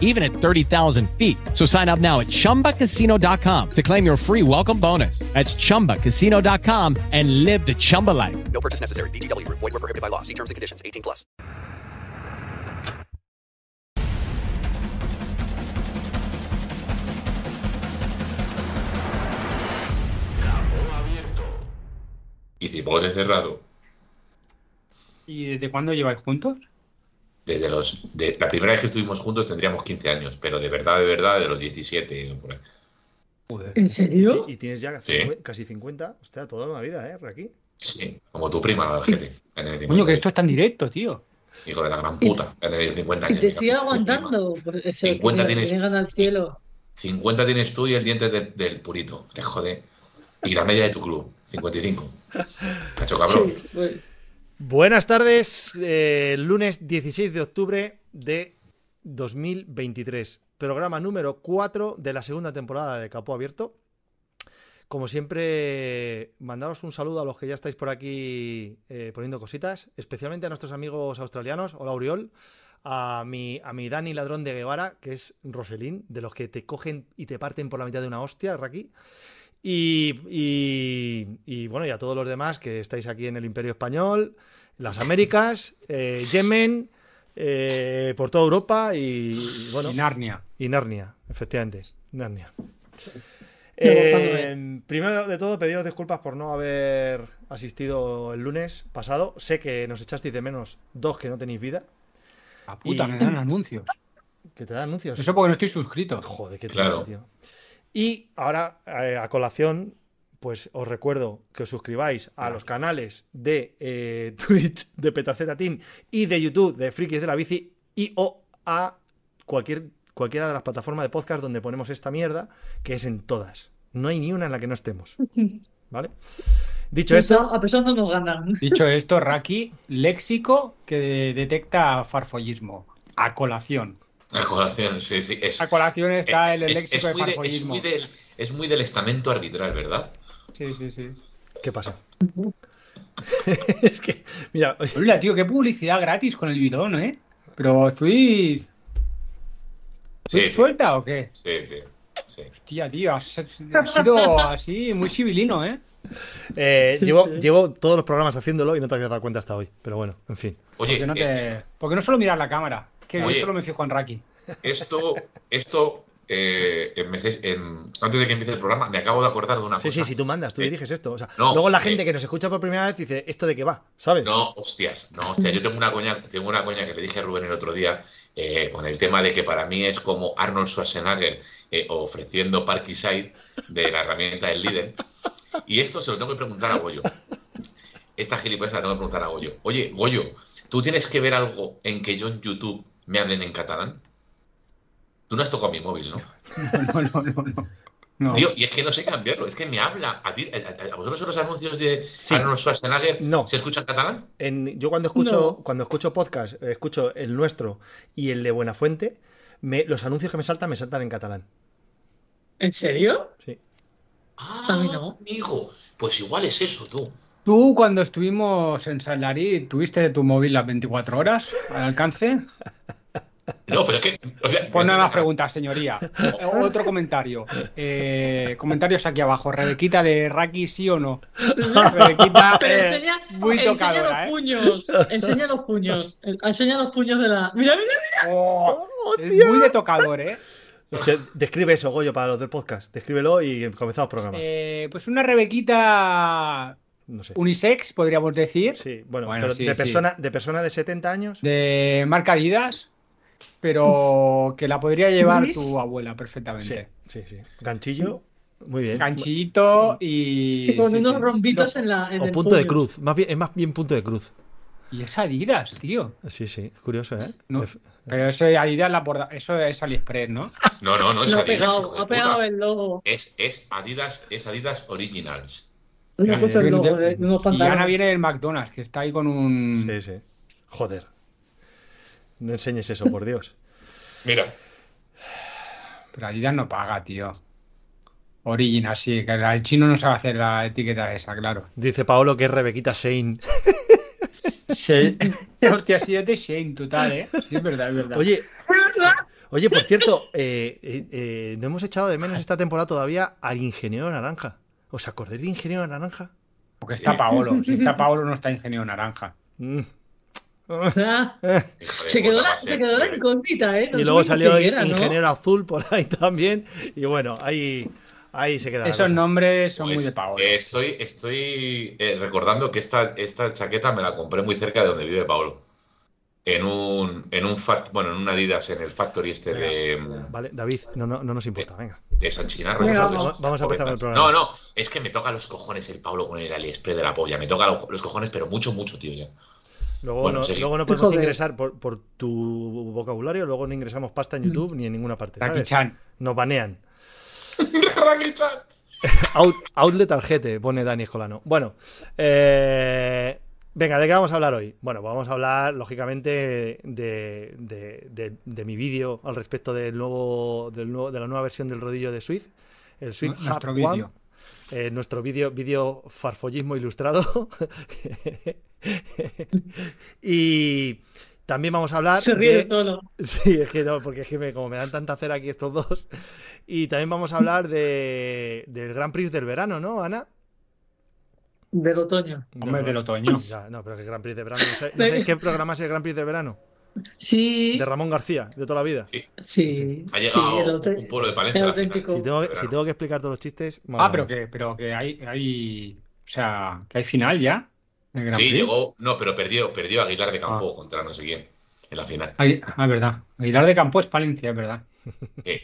even at 30,000 feet. So sign up now at chumbacasino.com to claim your free welcome bonus. That's chumbacasino.com and live the Chumba life. No purchase necessary. VGW Group. Void were prohibited by law. See terms and conditions. 18 plus. y Cipote cerrado ¿Y desde cuándo lleváis juntos? desde los de, la primera vez que estuvimos juntos tendríamos 15 años, pero de verdad, de verdad, de los 17 o por ahí. Joder. ¿En serio? Y, y tienes ya Sí. cincu- casi 50. Hostia, toda una vida, ¿eh, Raki? Sí, como tu prima, gente. Coño, que esto es tan directo, tío. Hijo de la gran puta, ha tenido 50 Y años. te hija sigue de tu prima. aguantando. Pues eso, 50 tío, tienes. llegan al cielo. 50 tienes tú y el diente de- del purito, te jode. Y la media de tu club, 55. Cacho cabrón. Sí, pues, Buenas tardes, eh, lunes 16 de octubre de 2023, programa número 4 de la segunda temporada de Capó Abierto. Como siempre, mandaros un saludo a los que ya estáis por aquí eh, poniendo cositas, especialmente a nuestros amigos australianos. Hola, Oriol. A mi, a mi Dani Ladrón de Guevara, que es Roselín, de los que te cogen y te parten por la mitad de una hostia, Raki. Y, y- y, bueno, y a todos los demás que estáis aquí en el Imperio Español, las Américas, eh, Yemen, eh, por toda Europa y, y, bueno, Y Narnia. y Narnia, efectivamente, Narnia. Luego, cuando Eh, primero de todo, pediros disculpas por no haber asistido el lunes pasado. Sé que nos echasteis de menos dos que no tenéis vida, La puta, Y- me dan anuncios. que te da pues anuncios. Eso porque no estoy suscrito. Joder, qué triste, Claro. tío. Y ahora, eh, a colación, pues os recuerdo que os suscribáis a los canales de eh, Twitch de Petaceta Team y de YouTube de Frikis de la Bici y o a cualquier, cualquiera de las plataformas de podcast donde ponemos esta mierda, que es en todas. No hay ni una en la que no estemos. ¿Vale? Dicho esto, eso- pues, a personas no nos ganan. Dicho esto, Raki, léxico que detecta farfollismo. A colación. A colación, sí, sí. Es, A colación está el Eh, es- léxico es de muy de- es farfollismo. muy del- es muy del estamento arbitral, ¿verdad? Sí, sí, sí. ¿qué pasa? es que, mira, Hola, tío, qué publicidad gratis con el bidón, ¿eh? Pero, ¿estoy Sí, sí, suelta o qué? sí, sí, sí. Hostia, tío, has, has sido así, muy civilino, ¿eh? eh, Sí, llevo, sí. llevo todos los programas haciéndolo y no te habías dado cuenta hasta hoy. Pero bueno, en fin. Oye, Porque no, eh, te... porque no solo mirar la cámara, que yo Oye. solo me fijo en Raki. Esto, esto eh, en meses- en- antes de que empiece el programa, me acabo de acordar de una Sí, cosa. sí, si tú mandas, tú Eh, diriges esto. O sea, no, luego la eh, gente que nos escucha por primera vez dice, ¿esto de qué va? ¿Sabes? No, hostias, no, hostia, yo tengo una coña, tengo una coña que le dije a Rubén el otro día eh, con el tema de que para mí es como Arnold Schwarzenegger eh, ofreciendo Parkyside de la herramienta del líder. Y esto se lo tengo que preguntar a Goyo. Esta gilipollas se la tengo que preguntar a Goyo. Oye, Goyo, ¿tú tienes que ver algo en que yo en YouTube me hablen en catalán? Tú no has tocado mi móvil, ¿no? No, no, no, no. No. Tío, y es que no sé cambiarlo, es que me habla. ¿A, ti- a- a- a vosotros los anuncios de Sí. Arnold Schwarzenegger No. se escuchan en catalán? En- yo cuando escucho, No. cuando escucho podcast, eh, escucho el nuestro y el de Buenafuente, me, los anuncios que me saltan, me saltan en catalán. ¿En serio? Sí. Ah, mí no. amigo. Pues igual es eso, tú. Tú cuando estuvimos en Salarí, ¿tuviste tu móvil las 24 horas al alcance? No, pero es que. O sea, Pues no hay más preguntas, señoría. Otro comentario. Eh, comentarios aquí abajo. Rebequita de Raki, sí o no. Rebequita Pero eh, enseña, muy enseña tocadora, los ¿eh? puños. Enseña los puños. en- Enseña los puños de la. Mira, mira, mira. Oh, es muy de tocador, ¿eh? Hostia, describe eso, Goyo, para los del podcast. Descríbelo y comenzamos programa. Eh, Pues una Rebequita No sé. unisex, podríamos decir. Sí, bueno, Bueno, pero sí, de, sí. persona, de persona de 70 años. de marca Adidas, pero que la podría llevar ¿Luis? tu abuela Sí, perfectamente. sí, sí. Ganchillo, muy bien. Ganchillito y. Con sí, unos sí. rombitos en la. En o el punto de puño. cruz. Más bien, es más bien punto de cruz. Y es Adidas, tío. Sí, sí, es curioso, ¿eh? No. Ef- Pero eso de Adidas, la borda- eso es AliExpress, ¿no? No, no, no, es Lo Adidas. ha hijo pegado, de ha pegado puta. el logo. Es, es Adidas, es Adidas Originals. Le ha puesto el logo eh, de unos Y Ana pantalones. Mm. viene del McDonald's, que está ahí con un. Sí, sí. Joder. No enseñes eso, por Dios. Mira, Pero Adidas no paga, tío. Origin, así. Que el chino no sabe hacer la etiqueta esa, claro. Dice Paolo que es Rebequita Shane. Sí. Hostia, sí, es de Shane, total, ¿eh? Sí, es verdad, es verdad. Oye, Ah, oye, por cierto, eh, eh, eh, no hemos echado de menos esta temporada todavía al ingeniero naranja. ¿Os acordáis de ingeniero naranja? Porque está sí. Paolo. Si está Paolo, no está Ingeniero Naranja. Mm. Ah, hijo de se quedó puta, va la, a se ser- quedó la incógnita, ¿eh? No Y luego supimos salió quién era, ¿no? ingeniero azul por ahí también. Y bueno, ahí, ahí se queda. la Esos cosa. nombres son Pues, muy de Paolo. eh, estoy estoy eh, recordando que esta, esta chaqueta me la compré muy cerca de donde vive Paolo. En un, en un fact, bueno, en una Adidas, en el factory este de, Vale, David, no, no, no nos importa, venga. de San Chinarro. Venga, vosotros. vamos. Vamos a empezar el programa. No, no, es que me toca los cojones el Paolo con el Aliexpress de la polla. Me toca lo- los cojones, pero mucho, mucho, tío, ya. Luego, Bueno, no, sí. luego no podemos Joder. ingresar por, por tu vocabulario, luego no ingresamos pasta Mm. en YouTube ni en ninguna parte. Taki ¿sabes? Chan. Nos banean. Rakitan. Out, outlet al jete, pone Dani Escolano. Bueno, eh, venga, ¿de qué vamos a hablar hoy? Bueno, vamos a hablar, lógicamente, de, de- de- de mi vídeo al respecto del nuevo, del nuevo- de la nueva versión del rodillo de Swift. El Swift Hub Nuestro One. vídeo. Eh, nuestro vídeo vídeo farfollismo ilustrado. y también vamos a hablar Se ríe de- de todo. Sí, es que no, porque es que me- como me dan tanta cera aquí estos dos. Y también vamos a hablar de, del Grand Prix del verano, ¿no, Ana? Del otoño. Hombre, del otoño. Ya, no, pero que Grand Prix de verano. No sé, no sé en qué programa es el Grand Prix de verano. Sí, De Ramón García, de toda la vida. sí. Ha sí, el llegado otoño. un pueblo de Palencia. el a la final. auténtico- Si tengo, De verano. si tengo que explicar todos los chistes. Ah, vamos. pero que, pero que hay, hay. O sea, que hay final ya. del Grand Sí, Prix. llegó. No, pero perdió, perdió Aguilar Ah. de Campo contra no sé quién en la final. Ay, ah, verdad. Aguilar de Campo es Palencia, es verdad. Sí.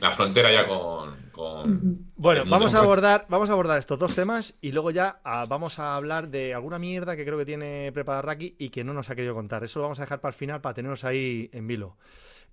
La frontera ya con. con... Bueno, el mundo vamos a en- abordar, vamos a abordar estos dos temas y luego ya ah, vamos a hablar de alguna mierda que creo que tiene preparada Raki y que no nos ha querido contar. Eso lo vamos a dejar para el final para teneros ahí en vilo.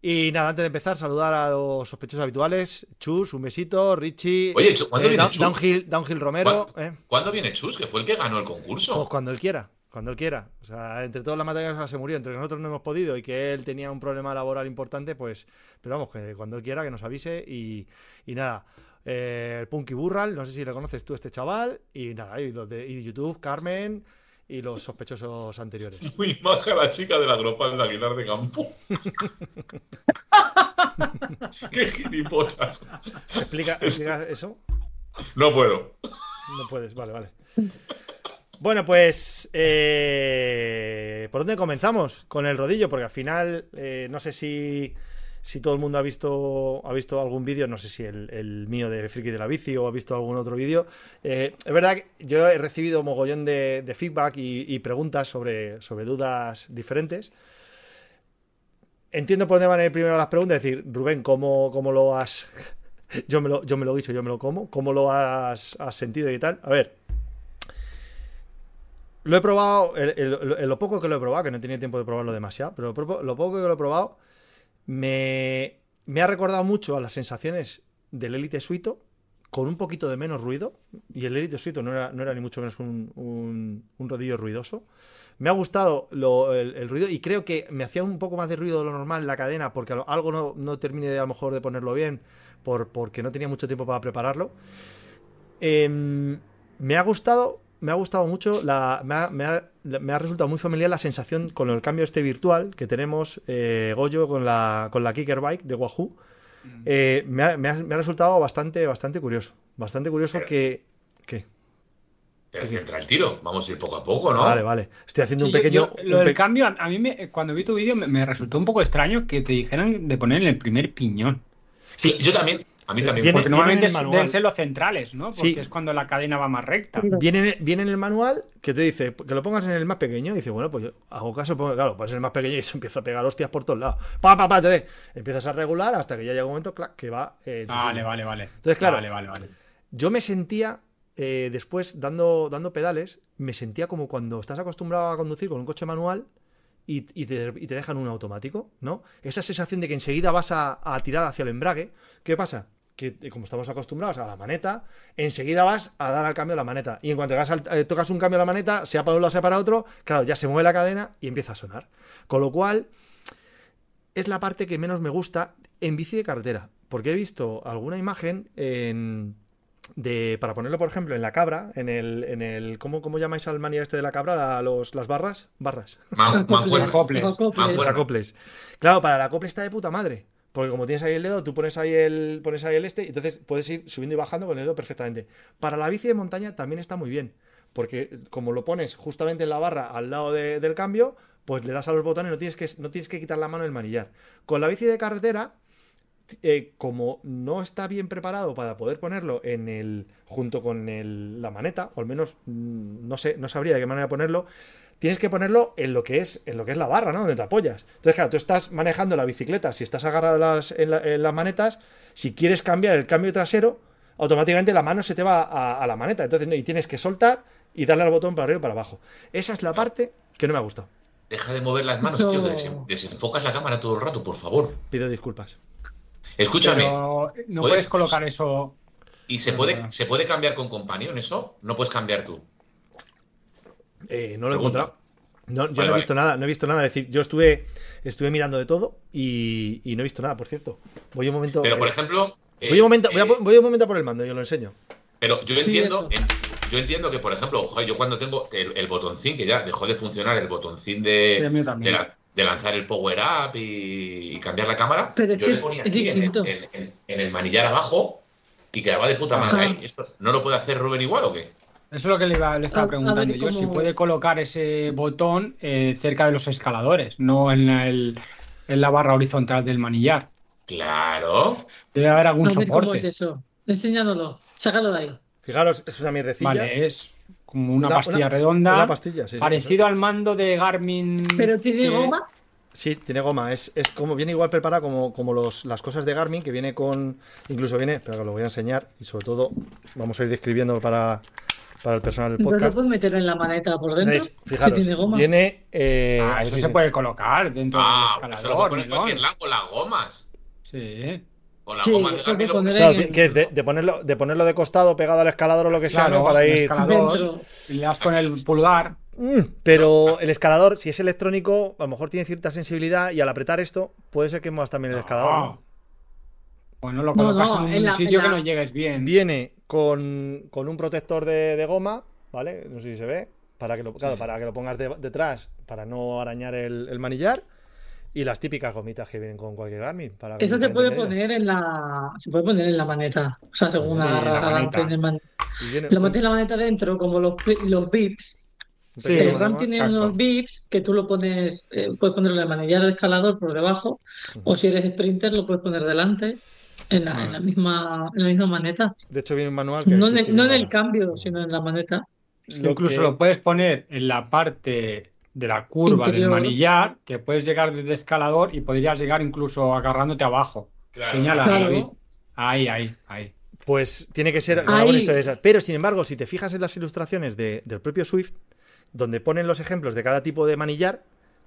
Y nada, antes de empezar, saludar a los sospechosos habituales. Chus, un besito, Richie, Oye, Chu- ¿cuándo eh, viene Down- Chus? Downhill, Downhill Romero, eh, ¿Cuándo viene Chus? Que fue el que ganó el concurso. pues cuando él quiera. Cuando él quiera. O sea, entre todas las materias que se murió, entre que nosotros no hemos podido y que él tenía un problema laboral importante, pues. Pero vamos, que cuando él quiera, que nos avise y, y nada. Eh, el Punky Burral, no sé si le conoces tú a este chaval. Y nada, y los de y YouTube, Carmen y los sospechosos anteriores. Muy maja la chica de la gropa de Aguilar de Campo. Qué gilipollas. ¿Explica, explica eso? No puedo. No puedes, vale, vale. Bueno, pues. eh, ¿Por dónde comenzamos? Con el rodillo, porque al final. eh, no sé si. Si todo el mundo ha visto, ha visto algún vídeo, no sé si el, el mío de Friki de la Bici o ha visto algún otro vídeo. Eh, es verdad que yo he recibido mogollón de, de feedback y, y preguntas sobre, sobre dudas diferentes. Entiendo por dónde van a ir primero las preguntas. Es decir, Rubén, ¿cómo, cómo lo has yo me lo, yo me lo he dicho, yo me lo como. ¿Cómo lo has, has sentido y tal? A ver. Lo he probado, el- el- el- lo poco que lo he probado, que no he tenido tiempo de probarlo demasiado, pero lo, propo- lo poco que lo he probado me, me ha recordado mucho a las sensaciones del Elite Suito, con un poquito de menos ruido, y el Elite Suito no era, no era ni mucho menos un, un- un rodillo ruidoso. Me ha gustado lo- el, el ruido y creo que me hacía un poco más de ruido de lo normal la cadena, porque lo- algo no, no terminé de, a lo mejor de ponerlo bien, por, porque no tenía mucho tiempo para prepararlo. Em, me ha gustado, me ha gustado mucho, la, me, ha, me ha- me ha resultado muy familiar la sensación con el cambio este virtual que tenemos eh, Goyo con la, con la Kicker Bike de Wahoo. Eh, me, ha, me ha- me ha resultado bastante, bastante curioso. Bastante curioso que... ¿qué? Pero si entra el tiro. Vamos a ir poco a poco, ¿no? Vale, vale. Estoy haciendo un Sí, yo- pequeño... yo- lo un del pe- cambio, a- a mí me- cuando vi tu vídeo me, me resultó un poco extraño que te dijeran de poner el primer piñón. Sí, yo también. A mí también. Viene- Porque normalmente en el manual. deben ser los centrales, ¿no? Porque Sí. es cuando la cadena va más recta. Viene, en el- viene en el manual que te dice que lo pongas en el más pequeño. Y dice, bueno, pues yo hago caso, pongo, claro, pones en el más pequeño y eso empieza a pegar hostias por todos lados. Pa, pa, pa, te de- Empiezas a regular hasta que ya llega un momento clac, que va. eh, en su Vale, sitio. vale, vale. Entonces, claro. Vale, vale, vale. Yo me sentía, eh, después dando, dando pedales, me sentía como cuando estás acostumbrado a conducir con un coche manual y, y te, y te dejan un automático, ¿no? Esa sensación de que enseguida vas a, a tirar hacia el embrague. ¿Qué pasa? que eh, como estamos acostumbrados a la maneta, enseguida vas a dar al cambio de la maneta. Y en cuanto das al- eh, tocas un cambio de la maneta, sea para un lado, sea para otro, claro, ya se mueve la cadena y empieza a sonar. Con lo cual, es la parte que menos me gusta en bici de carretera. Porque he visto alguna imagen en- de, para ponerlo, por ejemplo, en la cabra, en el. En el ¿cómo, cómo llamáis al manía este de la cabra? La- los, ¿Las barras? Barras. Man- mancuernas. Acoples. Acoples. Los Bueno. acoples. Claro, para el acople está de puta madre. Porque como tienes ahí el dedo, tú pones ahí el, pones ahí el este, y entonces puedes ir subiendo y bajando con el dedo perfectamente. Para la bici de montaña también está muy bien. Porque como lo pones justamente en la barra al lado de- del cambio, pues le das a los botones, no tienes que, no tienes que quitar la mano del manillar. Con la bici de carretera, eh, como no está bien preparado para poder ponerlo en el junto con el- la maneta, o al menos mm, no sé, no sabría de qué manera ponerlo, tienes que ponerlo en lo que es en lo que es la barra, ¿no? Donde te apoyas. Entonces, claro, tú estás manejando la bicicleta, si estás agarrado a las- en, la- en las manetas, si quieres cambiar el cambio trasero, automáticamente la mano se te va a, a la maneta, entonces y tienes que soltar y darle al botón para arriba y para abajo. Esa es la parte que no me ha gustado. Deja de mover las manos, Eso- tío, que desen- desenfocas la cámara todo el rato, por favor. Pido disculpas. Escúchame, Pero no ¿Puedes? puedes colocar eso. ¿y se puede, se puede cambiar con compañero en eso? No puedes cambiar tú. Eh, no lo he Pregunta. encontrado. No, yo Vale, no he vale. visto nada, no he visto nada. Es decir, yo estuve, estuve mirando de todo y, y no he visto nada, por cierto. Voy un momento. Pero, por eh, ejemplo. eh, voy, un momento voy, a, eh, po- voy un momento a por el mando y os lo enseño. Pero yo entiendo, eso. en- yo entiendo que, por ejemplo, joder, yo cuando tengo el, el botoncín, que ya dejó de funcionar el botoncín Sí, a de, mí también. de la- de lanzar el power up y, y cambiar la cámara, Pero es yo que le ponía es aquí en, el- distinto. en- en- en el manillar abajo y quedaba de puta madre Ajá. ahí. ¿Esto no lo puede hacer Rubén igual o qué? Eso es lo que le, iba- le estaba Ah, A- a preguntando ver yo, si cómo- puede colocar ese botón eh, cerca de los escaladores, no en la, el- en la barra horizontal del manillar. Claro. Debe haber algún A ver cómo soporte. es eso. Enséñanoslo. Sácalo de ahí. Mm, Fijaros, es una mierdecilla. Vale, es como una, Una- pastilla una- redonda, Una pastilla, sí, sí, parecido al mando de Garmin. Pero tiene que- goma. Sí, tiene goma. Es, es como viene igual preparada como, como los, las cosas de Garmin, que viene con. Incluso viene, pero lo voy a enseñar y sobre todo vamos a ir describiendo para, para el personal del Entonces lo podcast. puedes meter en la maneta por dentro. Entonces, fijaros, que tiene goma. viene. eh, Ah, eso sí, se sí. puede colocar dentro Ah, del eso lo puedes escalador. poner en Miguel. cualquier lado, con las gomas. Sí. Con las Sí, gomas de eso lo Garmin lo puedes pones- poner Claro, ti- que es de, de ponerlo, de ponerlo de costado pegado al escalador o lo que sea, Claro, ¿no? Para el ir. escalador, Dentro. y le das con el pulgar. Mm, Pero el escalador, si es electrónico, a lo mejor tiene cierta sensibilidad y al apretar esto, puede ser que muevas también el escalador. ¿no? No. Ah. Bueno, lo No, colocas no, en un en la- sitio en la- que no llegues bien. Viene con, con un protector de, de goma, ¿vale? No sé si se ve. Para que lo, claro, para que lo pongas de- detrás, para no arañar el, el manillar. Y las típicas gomitas que vienen con cualquier Garmin. Para Eso se diferentes puede medidas. poner en la. Se puede poner en la maneta. O sea, según Sí, en la agarra- maneta. prende el man- Y viene Lo un- metes en la maneta dentro, como los, pi- los bips. un Sí, pequeño el bueno, RAM manual. tiene exacto. unos bips que tú lo pones. eh, puedes ponerlo en la manillar de escalador por debajo. O si eres sprinter, lo puedes poner delante. En la, Ah. en la misma, en la misma maneta. De hecho, viene un manual que. No en que el, tiene no en una- el cambio, sino en la maneta. Sí, lo incluso que- lo puedes poner en la parte de la curva Interior. del manillar, que puedes llegar desde escalador y podrías llegar incluso agarrándote abajo. Claro. Señala, Claro. David. Ahí, ahí, ahí. Pues tiene que ser una Ahí. buena historia de esas. Pero sin embargo, si te fijas en las ilustraciones de- del propio Swift, donde ponen los ejemplos de cada tipo de manillar,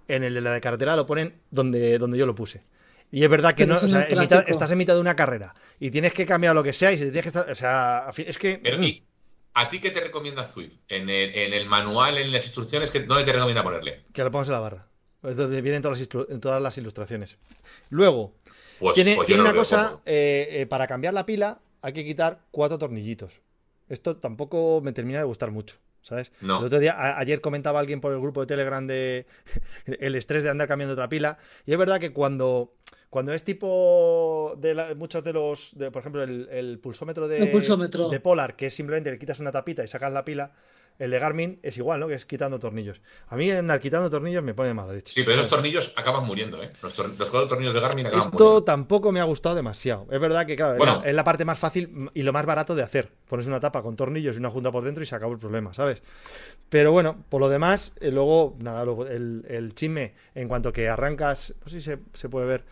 en el de la de carretera lo ponen donde, donde yo lo puse. Y es verdad que Pero eso no, o no sea, es en mitad- práctico. estás en mitad de una carrera y tienes que cambiar lo que sea y se te tienes que estar, o sea, a fin- es que Pero, mm, ¿y ¿a ti qué te recomienda Zwift? En el, en el manual, en las instrucciones, que, ¿dónde te recomienda ponerle? mm, que lo pongas en la barra, es donde vienen todas las, instru- todas las ilustraciones. Luego, Pues, tiene, pues yo tiene no una lo veo cosa, cómodo. eh, eh, para cambiar la pila hay que quitar cuatro tornillitos. Esto tampoco me termina de gustar mucho, ¿sabes? No. El otro día, a- ayer comentaba alguien por el grupo de Telegram de el estrés de andar cambiando otra pila. Y es verdad que cuando, cuando es tipo de la- muchos de los, de, por ejemplo, el, el pulsómetro de, El pulsómetro. de Polar, que es simplemente le quitas una tapita y sacas la pila, el de Garmin es igual, ¿no? Que es quitando tornillos. A mí andar quitando tornillos me pone de mala leche. Sí, pero esos ¿sabes? tornillos acaban muriendo, ¿eh? Los, tor- los cuatro tornillos de Garmin acaban Esto muriendo. tampoco me ha gustado demasiado. Es verdad que, claro, es Bueno. la- es la parte más fácil y lo más barato de hacer. Pones una tapa con tornillos y una junta por dentro y se acabó el problema, ¿sabes? Pero bueno, por lo demás, eh, luego, nada, luego el, el chisme, en cuanto que arrancas, no sé si se, se puede ver,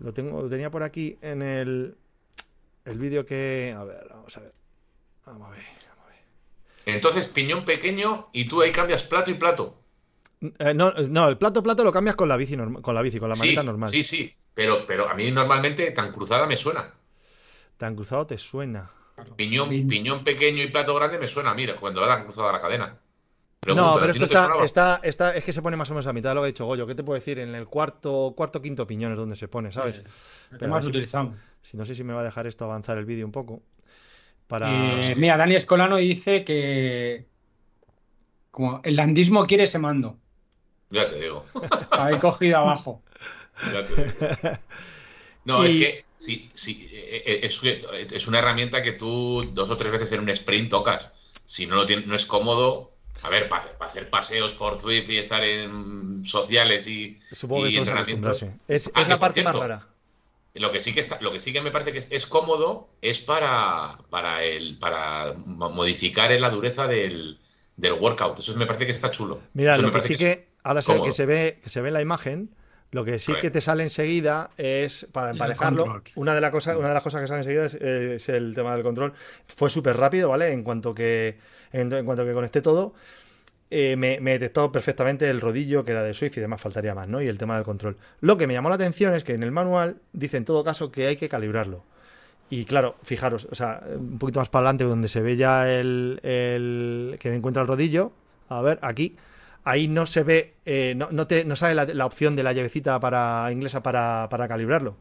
lo, tengo, lo tenía por aquí en el, el vídeo que... A ver, vamos a ver. Vamos a ver. Entonces, piñón pequeño y tú ahí cambias plato y plato. Eh, no, no, el plato plato lo cambias con la bici, norma- con la bici, con la Sí, maneta normal. Sí, sí, pero, pero a mí normalmente tan cruzada me suena. Tan cruzado te suena. Piñón, piñón pequeño y plato grande me suena, mira, cuando dan cruzada la cadena. Pregunto, no, ¿a pero ti esto te está, sonaba? está, está- es que se pone más o menos a mitad de lo que ha dicho Goyo. ¿Qué te puedo decir? En el cuarto, cuarto, quinto piñón es donde se pone, ¿sabes? que Pero más así- utilizamos. Si no sé si me va a dejar esto avanzar el vídeo un poco. Para. Eh, mira, Dani Escolano dice que como el landismo quiere ese mando. Ya te digo. Ahí cogido abajo. Ya te digo. No, es Y- que sí, sí, eh, eh, es, que, eh, es una herramienta que tú dos o tres veces en un sprint tocas. Si no lo tienes, no es cómodo. A ver, para hacer, para hacer paseos por Zwift y estar en sociales y Supongo que y todos entrenamientos. acostumbrarse. Es, Ah, es que la por parte más cierto, rara. Lo que sí que está, lo que sí que me parece que es, es cómodo es para, para el, para mo- modificar la dureza del, del workout. Eso me parece que está chulo. Mira, Eso me lo que parece sí es- que, ahora se, que cómodo. se ve, que se ve en la imagen, lo que sí A ver. que te sale enseguida es para emparejarlo. controls. Una de, la cosa- una de las cosas que sale enseguida es, eh, es el tema del control. Fue súper rápido, ¿vale? En cuanto que en, en cuanto que conecté todo, eh, me, me detectó perfectamente el rodillo que era de Swift y demás, faltaría más, ¿no? Y el tema del control. Lo que me llamó la atención es que en el manual dice en todo caso que hay que calibrarlo. Y claro, fijaros, o sea, un poquito más para adelante donde se ve ya el, el- que encuentra el rodillo, a ver, aquí, ahí no se ve, eh, no, no te, no sale la, la opción de la llavecita para inglesa para, para calibrarlo.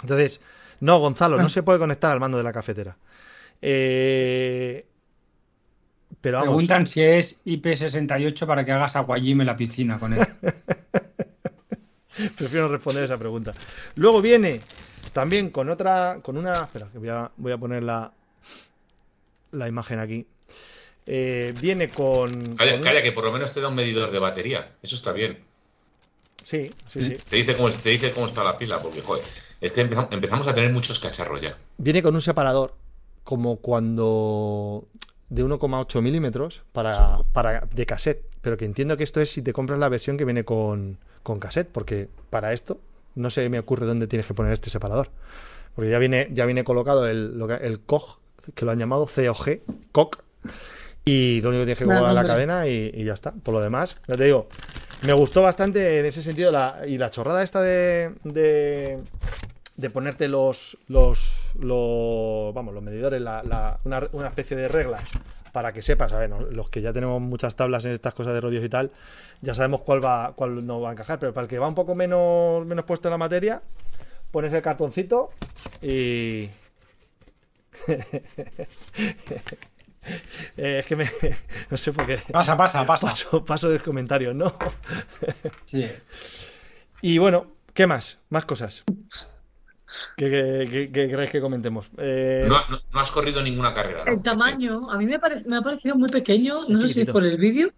Entonces, no, Gonzalo, no se puede conectar al mando de la cafetera. Eh, pero vamos, Preguntan si es IP68 para que hagas aguayim en la piscina con él. prefiero no responder esa pregunta. Luego viene también con otra, con una, espera, que voy a, voy a poner la, la imagen aquí. Eh, viene con... con Calla, una- calla, que por lo menos te da un medidor de batería. Eso está bien. Sí, sí, sí. Te dice cómo, te dice cómo está la pila, porque joder, es que empezam- empezamos a tener muchos cacharros ya. Viene con un separador, como cuando de 1,8 milímetros para, para de cassette. Pero que entiendo que esto es si te compras la versión que viene con, con cassette, porque para esto no se me ocurre dónde tienes que poner este separador. Porque ya viene, ya viene colocado el, lo que- el COG, que lo han llamado COG, COG, y lo único que tienes que Mal colocar es la nombre. cadena y, y ya está. Por lo demás, ya te digo, me gustó bastante en ese sentido la, y la chorrada esta de, de, de ponerte los, los, los- vamos, los medidores, la- la- una, una especie de regla para que sepas, a ver, no- los que ya tenemos muchas tablas en estas cosas de rodios y tal, ya sabemos cuál va, cuál no va a encajar, pero para el que va un poco menos, menos puesto en la materia, pones el cartoncito y. Eh, es que me. No sé por qué. Pasa, pasa, pasa. Paso, paso de comentarios, ¿no? Sí. Y bueno, ¿qué más? Más cosas. ¿Qué, qué- qué- qué queréis que comentemos? Eh, No, ha- no- no has corrido ninguna carrera. ¿no? El tamaño, a mí me, pare- me ha parecido muy pequeño, no sé si es chiquitito. por el vídeo,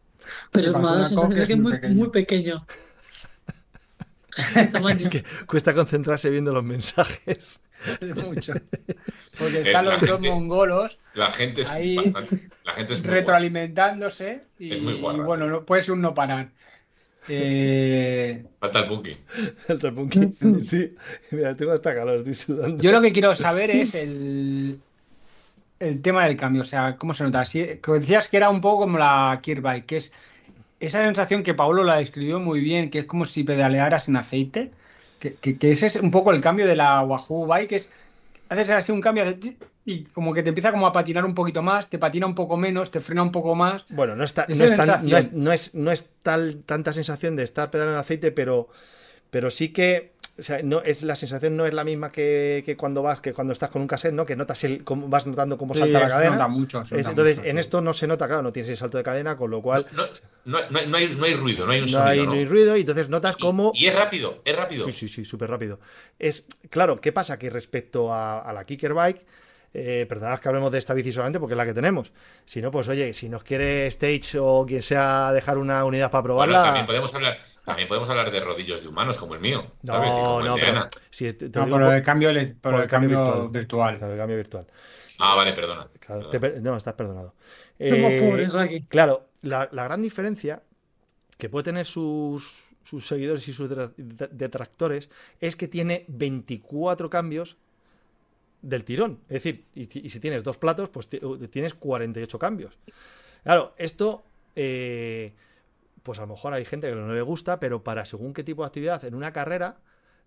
pero Pasa me ha dado una la sensación coca, de que es muy, muy pequeño. El tamaño. es que cuesta concentrarse viendo los mensajes. Mucho. Porque están Eh, los la dos gente- mongolos La gente es Ahí- bastante- la gente es muy guay. retroalimentándose y, Es muy guarra. y bueno, no, puede ser un no parar. Eh, Falta el Punky. El Tarpunki. Sí, mira, tengo hasta calor, estoy sudando. yo lo que quiero saber es el, el tema del cambio, o sea, cómo se nota. Si, que decías que era un poco como la Kirbike, que es esa sensación que Pablo la describió muy bien, que es como si pedalearas en aceite, que, que- que ese es un poco el cambio de la Wahoo Bike, que es haces así un cambio haces y como que te empieza como a patinar un poquito más, te patina un poco menos, te frena un poco más. Bueno, no, está, Esa no, es tan- sensación. no es, no es- no es tal, tanta sensación de estar pedaleando en aceite, pero, pero sí que o sea, no, es, la sensación no es la misma que, que cuando vas, que cuando estás con un cassette, ¿no? Que notas el, cómo- vas notando cómo salta Sí, la se cadena. nota mucho, se Es- nota entonces, mucho, en sí. esto no se nota, claro, no tienes el salto de cadena, con lo cual No, no- no hay- no hay, no hay ruido, no hay un no sonido. hay, ¿no? no hay ruido y entonces notas Y- cómo... Y, es rápido, es rápido. Sí, sí, sí, súper rápido. Es, claro, ¿qué pasa? Que respecto a, a la Kicker Bike, eh, perdonad que hablemos de esta bici solamente porque es la que tenemos. Si no, pues oye, si nos quiere Stage o quien sea dejar una unidad para Bueno, probarla. también podemos hablar, también podemos hablar de rodillos de humanos como el mío. ¿sabes? Y como no, el no, de pero. Ana. Si te, te No, lo digo por por- el cambio, ele- por por el cambio virtual. Claro, el cambio virtual. Ah, vale, perdona. Perdona. Claro, te per- no, estás perdonado. Somos Eh, pobres, Raki. Claro, la, la gran diferencia que puede tener sus, sus seguidores y sus detra- de- detractores es que tiene 24 cambios del tirón. Es decir, y, ti- y si tienes dos platos, pues ti- tienes 48 cambios. Claro, esto, eh, pues a lo mejor hay gente que no le gusta, pero para según qué tipo de actividad en una carrera,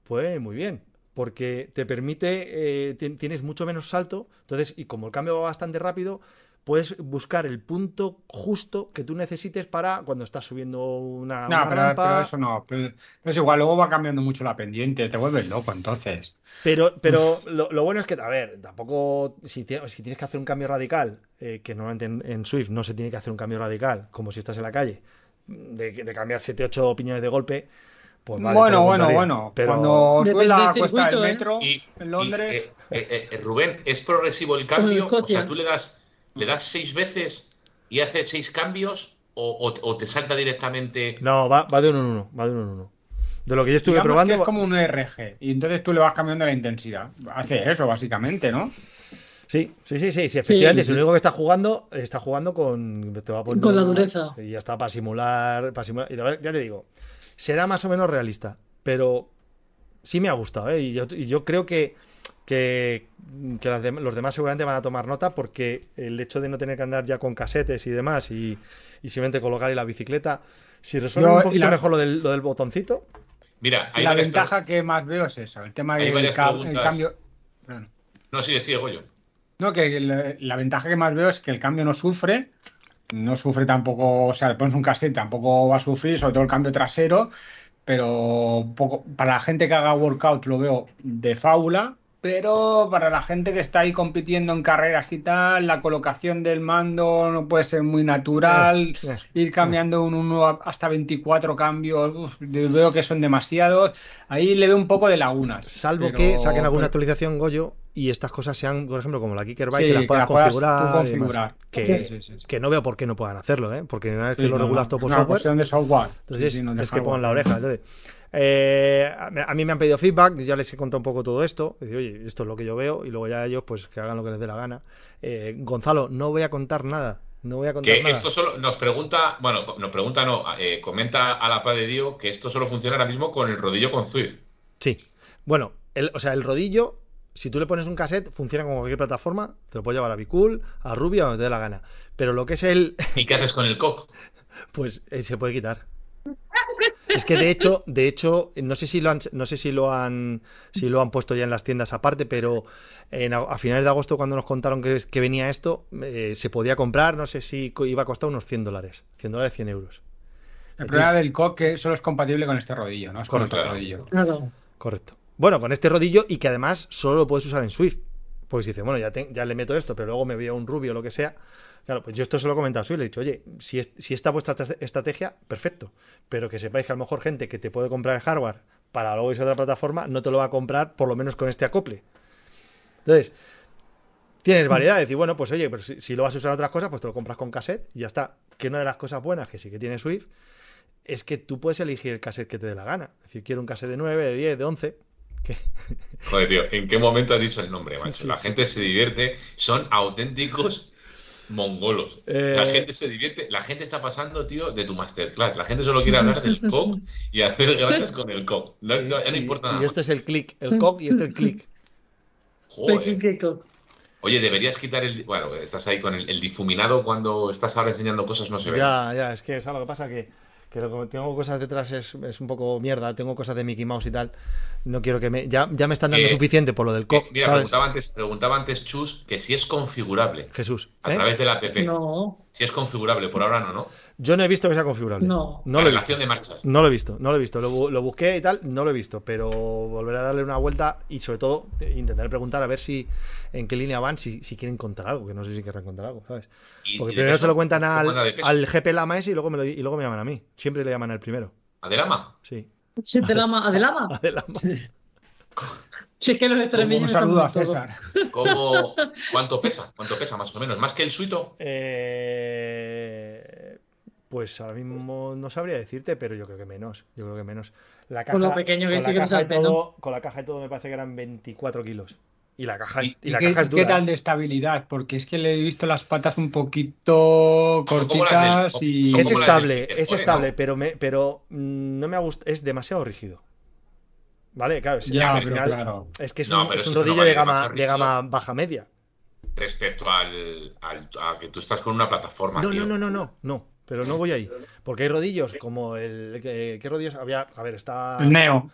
puede ir pues muy bien. porque te permite, eh, ti- tienes mucho menos salto, entonces, y como el cambio va bastante rápido, puedes buscar el punto justo que tú necesites para cuando estás subiendo una, No, una pero, rampa. pero eso no. Pero, pero es igual, luego va cambiando mucho la pendiente, te vuelves loco entonces. Pero, pero lo, lo bueno es que, a ver, tampoco, si, tie- si tienes que hacer un cambio radical, eh, que normalmente en, en Swift no se tiene que hacer un cambio radical, como si estás en la calle, de, de cambiar 7-8 opiniones de golpe, pues vale. te bueno, lo bueno, contaría. bueno. Pero Cuando Depende subes la del cuesta del circuito, ¿eh? metro Y, en y, Londres. eh, eh, eh, Rubén, ¿es progresivo el cambio? O Escocia. sea, tú le das, le das seis veces y hace seis cambios o, o- o te salta directamente. No, va, va de uno en uno, va de uno en uno. De lo que yo estuve Digamos que probando. es como un ERG y entonces tú le vas cambiando la intensidad. Hace eso, básicamente, ¿no? Sí, sí, sí, sí, sí, efectivamente. Sí. Si lo único que está jugando, está jugando con. Te va a poner Con la una- dureza. Y ya está para simular. Para simular. Y la verdad, ya te digo, será más o menos realista, pero sí me ha gustado, ¿eh? Y yo, y yo creo que. Que, que las dem- los demás seguramente van a tomar nota porque el hecho de no tener que andar ya con casetes y demás y, y simplemente colocar ahí la bicicleta, si resuelven Yo- un y poquito la- mejor lo del, lo del botoncito, Mira, Y hay la varias ventaja que más veo es eso, el tema Hay del varias ca- el preguntas. cambio. perdón. pregun- No, sigue, sigue, Goyo. No, que la, la ventaja que más veo es que el cambio no sufre, no sufre tampoco, o sea, le pones un cassette, tampoco va a sufrir, sobre todo el cambio trasero, pero un poco, para la gente que haga workout lo veo de fábula, pero para la gente que está ahí compitiendo en carreras y tal, la colocación del mando no puede ser muy natural, Eh, eh, ir cambiando un 1 hasta 24 cambios, uf, veo que son demasiados, ahí le veo un poco de lagunas. Salvo pero- que saquen alguna pero- actualización, Goyo, y estas cosas sean, por ejemplo, como la Kicker Bike, Sí, que las que puedas la puedas tú configurar. y demás. configurar. Que, Sí, sí, sí, sí. que no veo por qué no puedan hacerlo, ¿eh? Porque una vez que Sí, lo no, regulas no, todo por es una software, cuestión de software. entonces Sí, sí, no de es que pongan hardware. la oreja. Entonces, eh, a a mí me han pedido feedback, yo ya les he contado un poco todo esto. y Decir, oye, esto es lo que yo veo, y luego ya ellos, pues que hagan lo que les dé la gana. Eh, Gonzalo, no voy a contar nada. No voy a contar Que nada. esto solo nos pregunta, bueno, co- nos pregunta, no, a- eh, comenta a la paz de Dios que esto solo funciona ahora mismo con el rodillo con Zwift. Sí. Bueno, el- o sea, el rodillo, si tú le pones un cassette, funciona como cualquier plataforma. Te lo puedes llevar a Bicool, a Ruby, a donde te dé la gana. Pero lo que es el, ¿Y qué haces con el cock? Pues eh, se puede quitar. Es que de hecho, de hecho, no sé si lo han, no sé si lo han, si lo han puesto ya en las tiendas aparte, pero en a a finales de agosto cuando nos contaron que, es- que venía esto, eh, se podía comprar, no sé si co- iba a costar unos 100 dólares, 100 dólares, 100 euros, El problema del cock que solo es compatible con este rodillo, ¿no? Es con Correcto. otro rodillo. Claro. correcto. Bueno, con este rodillo y que además solo lo puedes usar en Swift, pues dice, bueno, ya, te- ya le meto esto, pero luego me veo un rubio o lo que sea. Claro, pues yo esto se lo he comentado a Swift, le he dicho, oye, si, es- si esta vuestra estra- estrategia, perfecto, pero que sepáis que a lo mejor gente que te puede comprar el hardware para luego irse a otra plataforma, no te lo va a comprar por lo menos con este acople. Entonces, tienes variedad, decir, bueno, pues oye, pero si, si lo vas a usar en otras cosas, pues te lo compras con cassette y ya está. Que una de las cosas buenas que sí que tiene Swift es que tú puedes elegir el cassette que te dé la gana. Es decir, quiero un cassette de 9, de 10, de 11. Que, Joder, tío, ¿en qué momento has dicho el nombre, macho? Sí, la sí. gente se divierte, son auténticos mongolos. Eh, La gente se divierte, la gente está pasando, tío, de tu masterclass. La gente solo quiere hablar del cock y hacer gracias con el cock. No, sí, no, ya no y- importa y, nada. este es el click, el cock y este el click. Joder. Pequi, queco. Oye, deberías quitar el. Bueno, estás ahí con el, el difuminado cuando estás ahora enseñando cosas, no se ve. Ya, ya, es que, ¿sabes lo que pasa? Que, que lo que tengo cosas detrás es, es un poco mierda, tengo cosas de Mickey Mouse y tal. No quiero que me. Ya, ya me están dando Eh, suficiente por lo del Eh, cock, Mira, ¿sabes? preguntaba antes, preguntaba antes Chus que si es configurable Jesús. a ¿eh? través de la app. No, Si es configurable, por ahora no, ¿no? Yo no he visto que sea configurable. No. No la lo he visto. relación de marchas. No lo he visto, no lo he visto. Lo, bu- lo busqué y tal, no lo he visto. Pero volveré a darle una vuelta y sobre todo eh, intentaré preguntar a ver si en qué línea van, si, si quieren encontrar algo, que no sé si querrán encontrar algo, ¿sabes? Y- Porque y de primero peso. se lo cuentan ¿Cómo al, anda de peso? al GP Lama ese y luego, me lo, y luego me llaman a mí. Siempre le llaman al primero. Adelama. Sí. si te lama, adelama. Al Lama. Si es que los extremeños. Un están saludo a por todo. César. ¿Cómo, ¿Cuánto pesa? ¿Cuánto pesa más o menos? ¿Más que el suito? Eh, pues ahora mismo no sabría decirte, pero yo creo que menos. Yo creo que menos. La caja, Con lo pequeño que con la sí que caja pesa y el todo, con la caja y todo me parece que eran 24 kilos. Y la caja, es- ¿Y- y la qué, caja es qué dura. tal de estabilidad? Porque es que le he visto las patas un poquito Son como las cortitas del- y. son Es como las del estable, Kinder es Bueno. estable, pero me, pero mm, no me gusta, es demasiado rígido. Vale, claro, es, es Ya, que al pero final- claro. es que es No, un, pero es un eso no rodillo vale de gama, demasiado de gama baja media. Respecto al, al- a que tú estás con una plataforma. No, tío. no, no, no, no, no. Pero no voy ahí. Porque hay rodillos como el. eh, ¿Qué rodillos había? A ver, está. El Neo.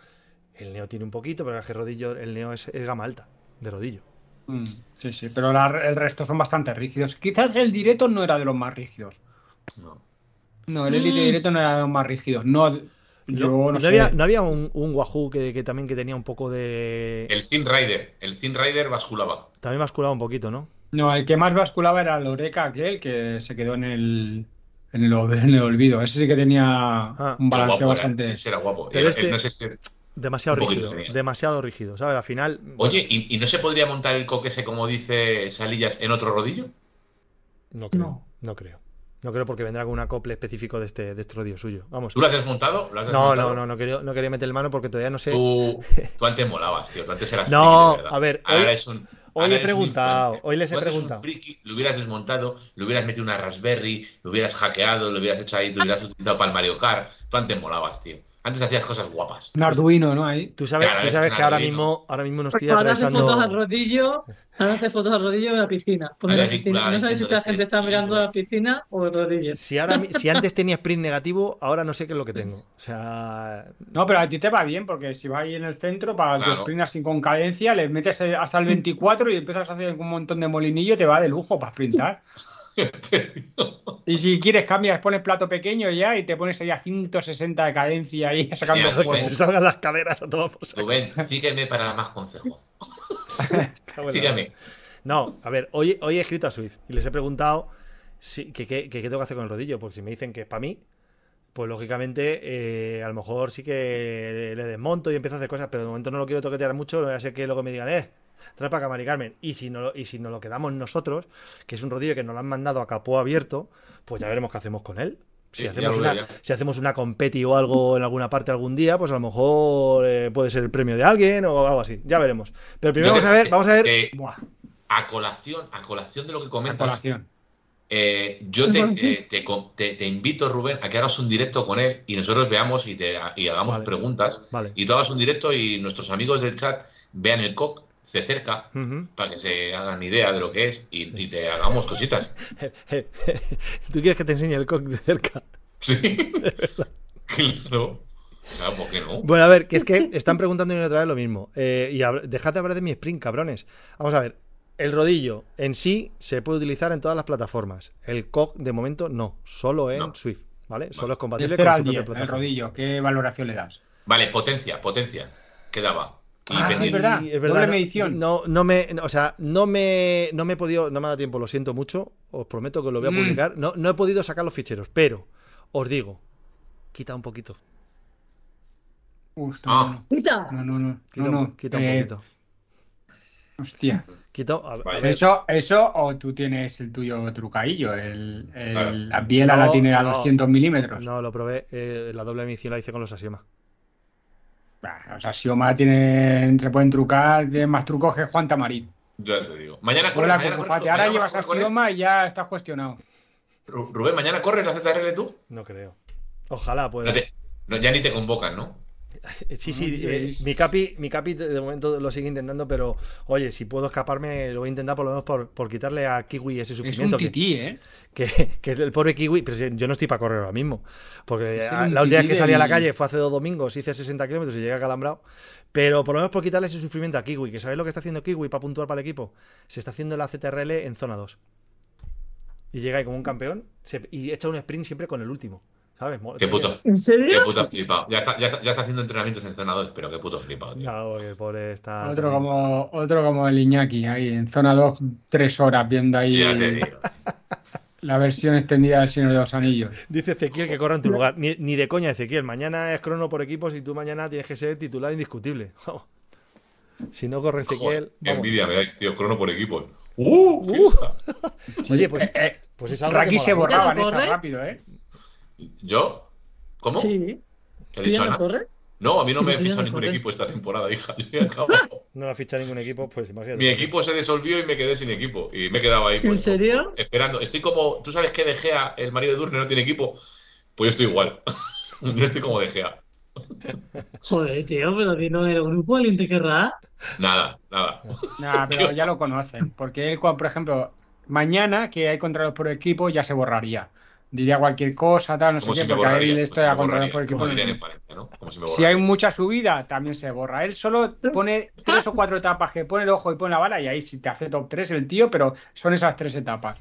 El Neo tiene un poquito, pero es que rodillo, el Neo es, es gama alta, de rodillo. Mm, Sí, sí, pero la- el resto son bastante rígidos. Quizás el directo no era de los más rígidos. No. No, el Elite Mm. directo no era de los más rígidos. No, yo no, sé. había, no había un, un Wahoo que, que también que tenía un poco de. El Thin Rider, el Thin Rider basculaba. También basculaba un poquito, ¿no? No, el que más basculaba era el Oreca, aquel que se quedó en el, en el, ol- en el olvido. Ese sí que tenía Ah. un Era balanceo guapo, ¿eh? era- bastante. ese era guapo. Pero Era- este- no sé si- Demasiado Un poquito rígido. tenía. Demasiado rígido, ¿sabes? Al final. Oye, ¿y, y no se podría montar el coque ese, como dice Salillas, en otro rodillo? No creo. No, No. creo. No creo porque vendrá con un acople específico de este, de este rodillo suyo. Vamos. ¿Tú lo has desmontado? ¿Lo has No, desmontado? no, no, no quería, no quería meter mano porque todavía no sé. Tú, tú antes molabas, tío. Tú antes eras. No, friki, de verdad. a ver, Ahora hoy- eres un- ahora he eres un preguntado, infante. hoy les he Tú antes un preguntado. friki, lo hubieras desmontado, le hubieras metido una Raspberry, lo hubieras hackeado, lo hubieras hecho ahí, lo hubieras utilizado para el Mario Kart. Tú antes molabas, tío. Antes hacías cosas guapas. Un Arduino, ¿no? Ahí. Tú sabes, Claro, tú es sabes un que ahora arduino. mismo, ahora mismo no estoy Ahora hace Pues fotos al atravesando. rodillo, ahora hace fotos al rodillo de la piscina. Pones Ahora la piscina. circular, No sabes si la entonces, gente está sí, mirando sí. la piscina o el rodillo. Si, ahora, mi- si antes tenía sprint negativo, ahora no sé qué es lo que tengo. O sea, No, pero a ti te va bien, porque si va ahí en el centro para Claro. dos sprints sin con cadencia, le metes el- hasta el 24 y empiezas a hacer un montón de molinillo, te va de lujo para sprintar. y si quieres, cambias, pones plato pequeño ya y te pones ahí a 160 de cadencia y sacando el Ya, que juego. se salgan las caderas a tomar por saco. Rubén, sígueme para más consejos. Cago en la- Sígueme. No, a ver, hoy, hoy he escrito a Swift y les he preguntado si, que, que- que qué tengo que hacer con el rodillo, porque si me dicen que es para mí, pues lógicamente eh, a lo mejor sí que le desmonto y empiezo a hacer cosas, pero de momento no lo quiero toquetear mucho, no voy a ser que luego me digan, eh, trae para acá, Mari Carmen. Y si, no, lo- y si nos lo quedamos nosotros, que es un rodillo que nos lo han mandado a capó abierto, pues ya veremos qué hacemos con él. Si, Sí, ya hacemos lo una, veré. si hacemos una competi o algo en alguna parte algún día, pues a lo mejor eh, puede ser el premio de alguien o algo así. Ya veremos. Pero primero Yo vamos a creo ver, que- vamos a ver. que Buah, a colación, a colación de lo que la comentas, colación. eh, yo te, eh, te com- te- te invito, Rubén, a que hagas un directo con él y nosotros veamos y, te, y hagamos Vale. preguntas. Vale. Y tú hagas un directo y nuestros amigos del chat vean el COC de cerca Ujú. para que se hagan idea de lo que es y, y te hagamos cositas. ¿Tú quieres que te enseñe el cock de cerca? Sí. claro. Claro, ¿por qué no? Bueno, a ver, que es que están preguntando una y otra vez lo mismo. Eh, y hab- dejad de hablar de mi sprint, cabrones. Vamos a ver, el rodillo en sí se puede utilizar en todas las plataformas. El cock, de momento, no. Solo en No. Swift, ¿vale? Solo Del es compatible 0 con al su propia 10, el plataforma. rodillo, ¿qué valoración le das? Vale, potencia, potencia. Quedaba. Y Ah, sí, pendiente. es verdad. Doble medición. No, no me, o sea, no me, no me he podido, no me ha dado tiempo, lo siento mucho. Os prometo que lo voy a Mm. publicar. No, no he podido sacar los ficheros, pero os digo, quita un poquito. Uf, Ah. no, ¡Quita! no, no, no, no, Quita, no, un, no, quita un eh, poquito. Hostia. Quita, a- a Vale. ver, Eso, eso, o tú tienes el tuyo trucadillo, el, el- Claro. la biela No, la tiene a no. 200 milímetros. No, lo probé. eh, la doble medición la hice con los Asiema. Bah, los Asioma tienen, se pueden trucar, tienen más trucos que Juan Tamarit. Ya te digo. Mañana corres. Hola, mañana corres, Cucufate, tú, ahora mañana llevas corres, corres. Asioma y ya estás cuestionado. Ru- Rubén, mañana corres la ZRL tú. No creo. Ojalá pueda. No te- no, ya ni te convocan, ¿no? Eh, Sí, sí. No, eh, es- mi, capi, mi capi de de momento lo sigue intentando, pero oye, si puedo escaparme, lo voy a intentar por lo menos por, por quitarle a Kiwi ese Es un sufrimiento. que- tití, ¿eh? que, que el pobre Kiwi, pero si yo no estoy para correr ahora mismo. Porque Es el a- la última vez que Kiwi salí a la del- calle fue hace dos domingos, hice 60 kilómetros y llegué acalambrado. Pero por lo menos por quitarle ese sufrimiento a Kiwi, que ¿sabéis lo que está haciendo Kiwi para puntuar para el equipo? Se está haciendo la CTRL en zona 2. Y llega ahí como un campeón se- y echa un sprint siempre con el último. ¿Sabes? Mola, Qué tío. puto, ¿En qué serio? puto flipado. Ya está, ya, está- ya está haciendo entrenamientos en zona 2, pero qué puto flipado, tío. No, el pobre está. Otro como, otro como el Iñaki, ahí en zona 2, tres horas viendo ahí Ya te digo. la versión extendida del Señor de los Anillos. Dice Ezequiel que corra en tu lugar. Ni, ni de coña, Ezequiel. Mañana es crono por equipos y tú mañana tienes que ser titular indiscutible. Si no corre Ezequiel. Joder, qué vamos. envidia me dais, tío. Crono por equipo. ¡Uh! fiesta. Oye, pues, Eh, pues es eh, algo que Raki se mola mucho. borraban ¿Corre? esa rápido, ¿eh? ¿Yo? ¿Cómo? Sí. ¿He ¿Tú dicho ya no Ana? corres? No, a mí no Sí, me he tú ya fichado no ningún corres. equipo esta temporada, hija. Yo he acabado. No lo ha fichado ningún equipo, pues imagínate. Mi equipo se disolvió y me quedé sin equipo. Y me he quedado ahí. ¿En pues, serio? Esperando. Estoy como. ¿Tú sabes que De Gea, el marido de Durne, no tiene equipo? Pues yo estoy igual. yo estoy como De Gea. Joder, tío, pero di no era grupo, alguien te querrá. Nada, nada. Nah, pero ya lo conocen, porque él, cuando, por ejemplo, mañana que hay contra los por equipo ya se borraría. diría cualquier cosa, tal, no sé Como si qué, me porque a él borraría. esto como si era me borraría, controlado por el equipo. como dirían en Valencia, ¿no? Como si me Si borraría. hay mucha subida, también se borra. Él solo pone tres o cuatro etapas que pone el ojo y pone la bala y ahí sí te hace top 3 el tío, pero son esas tres etapas.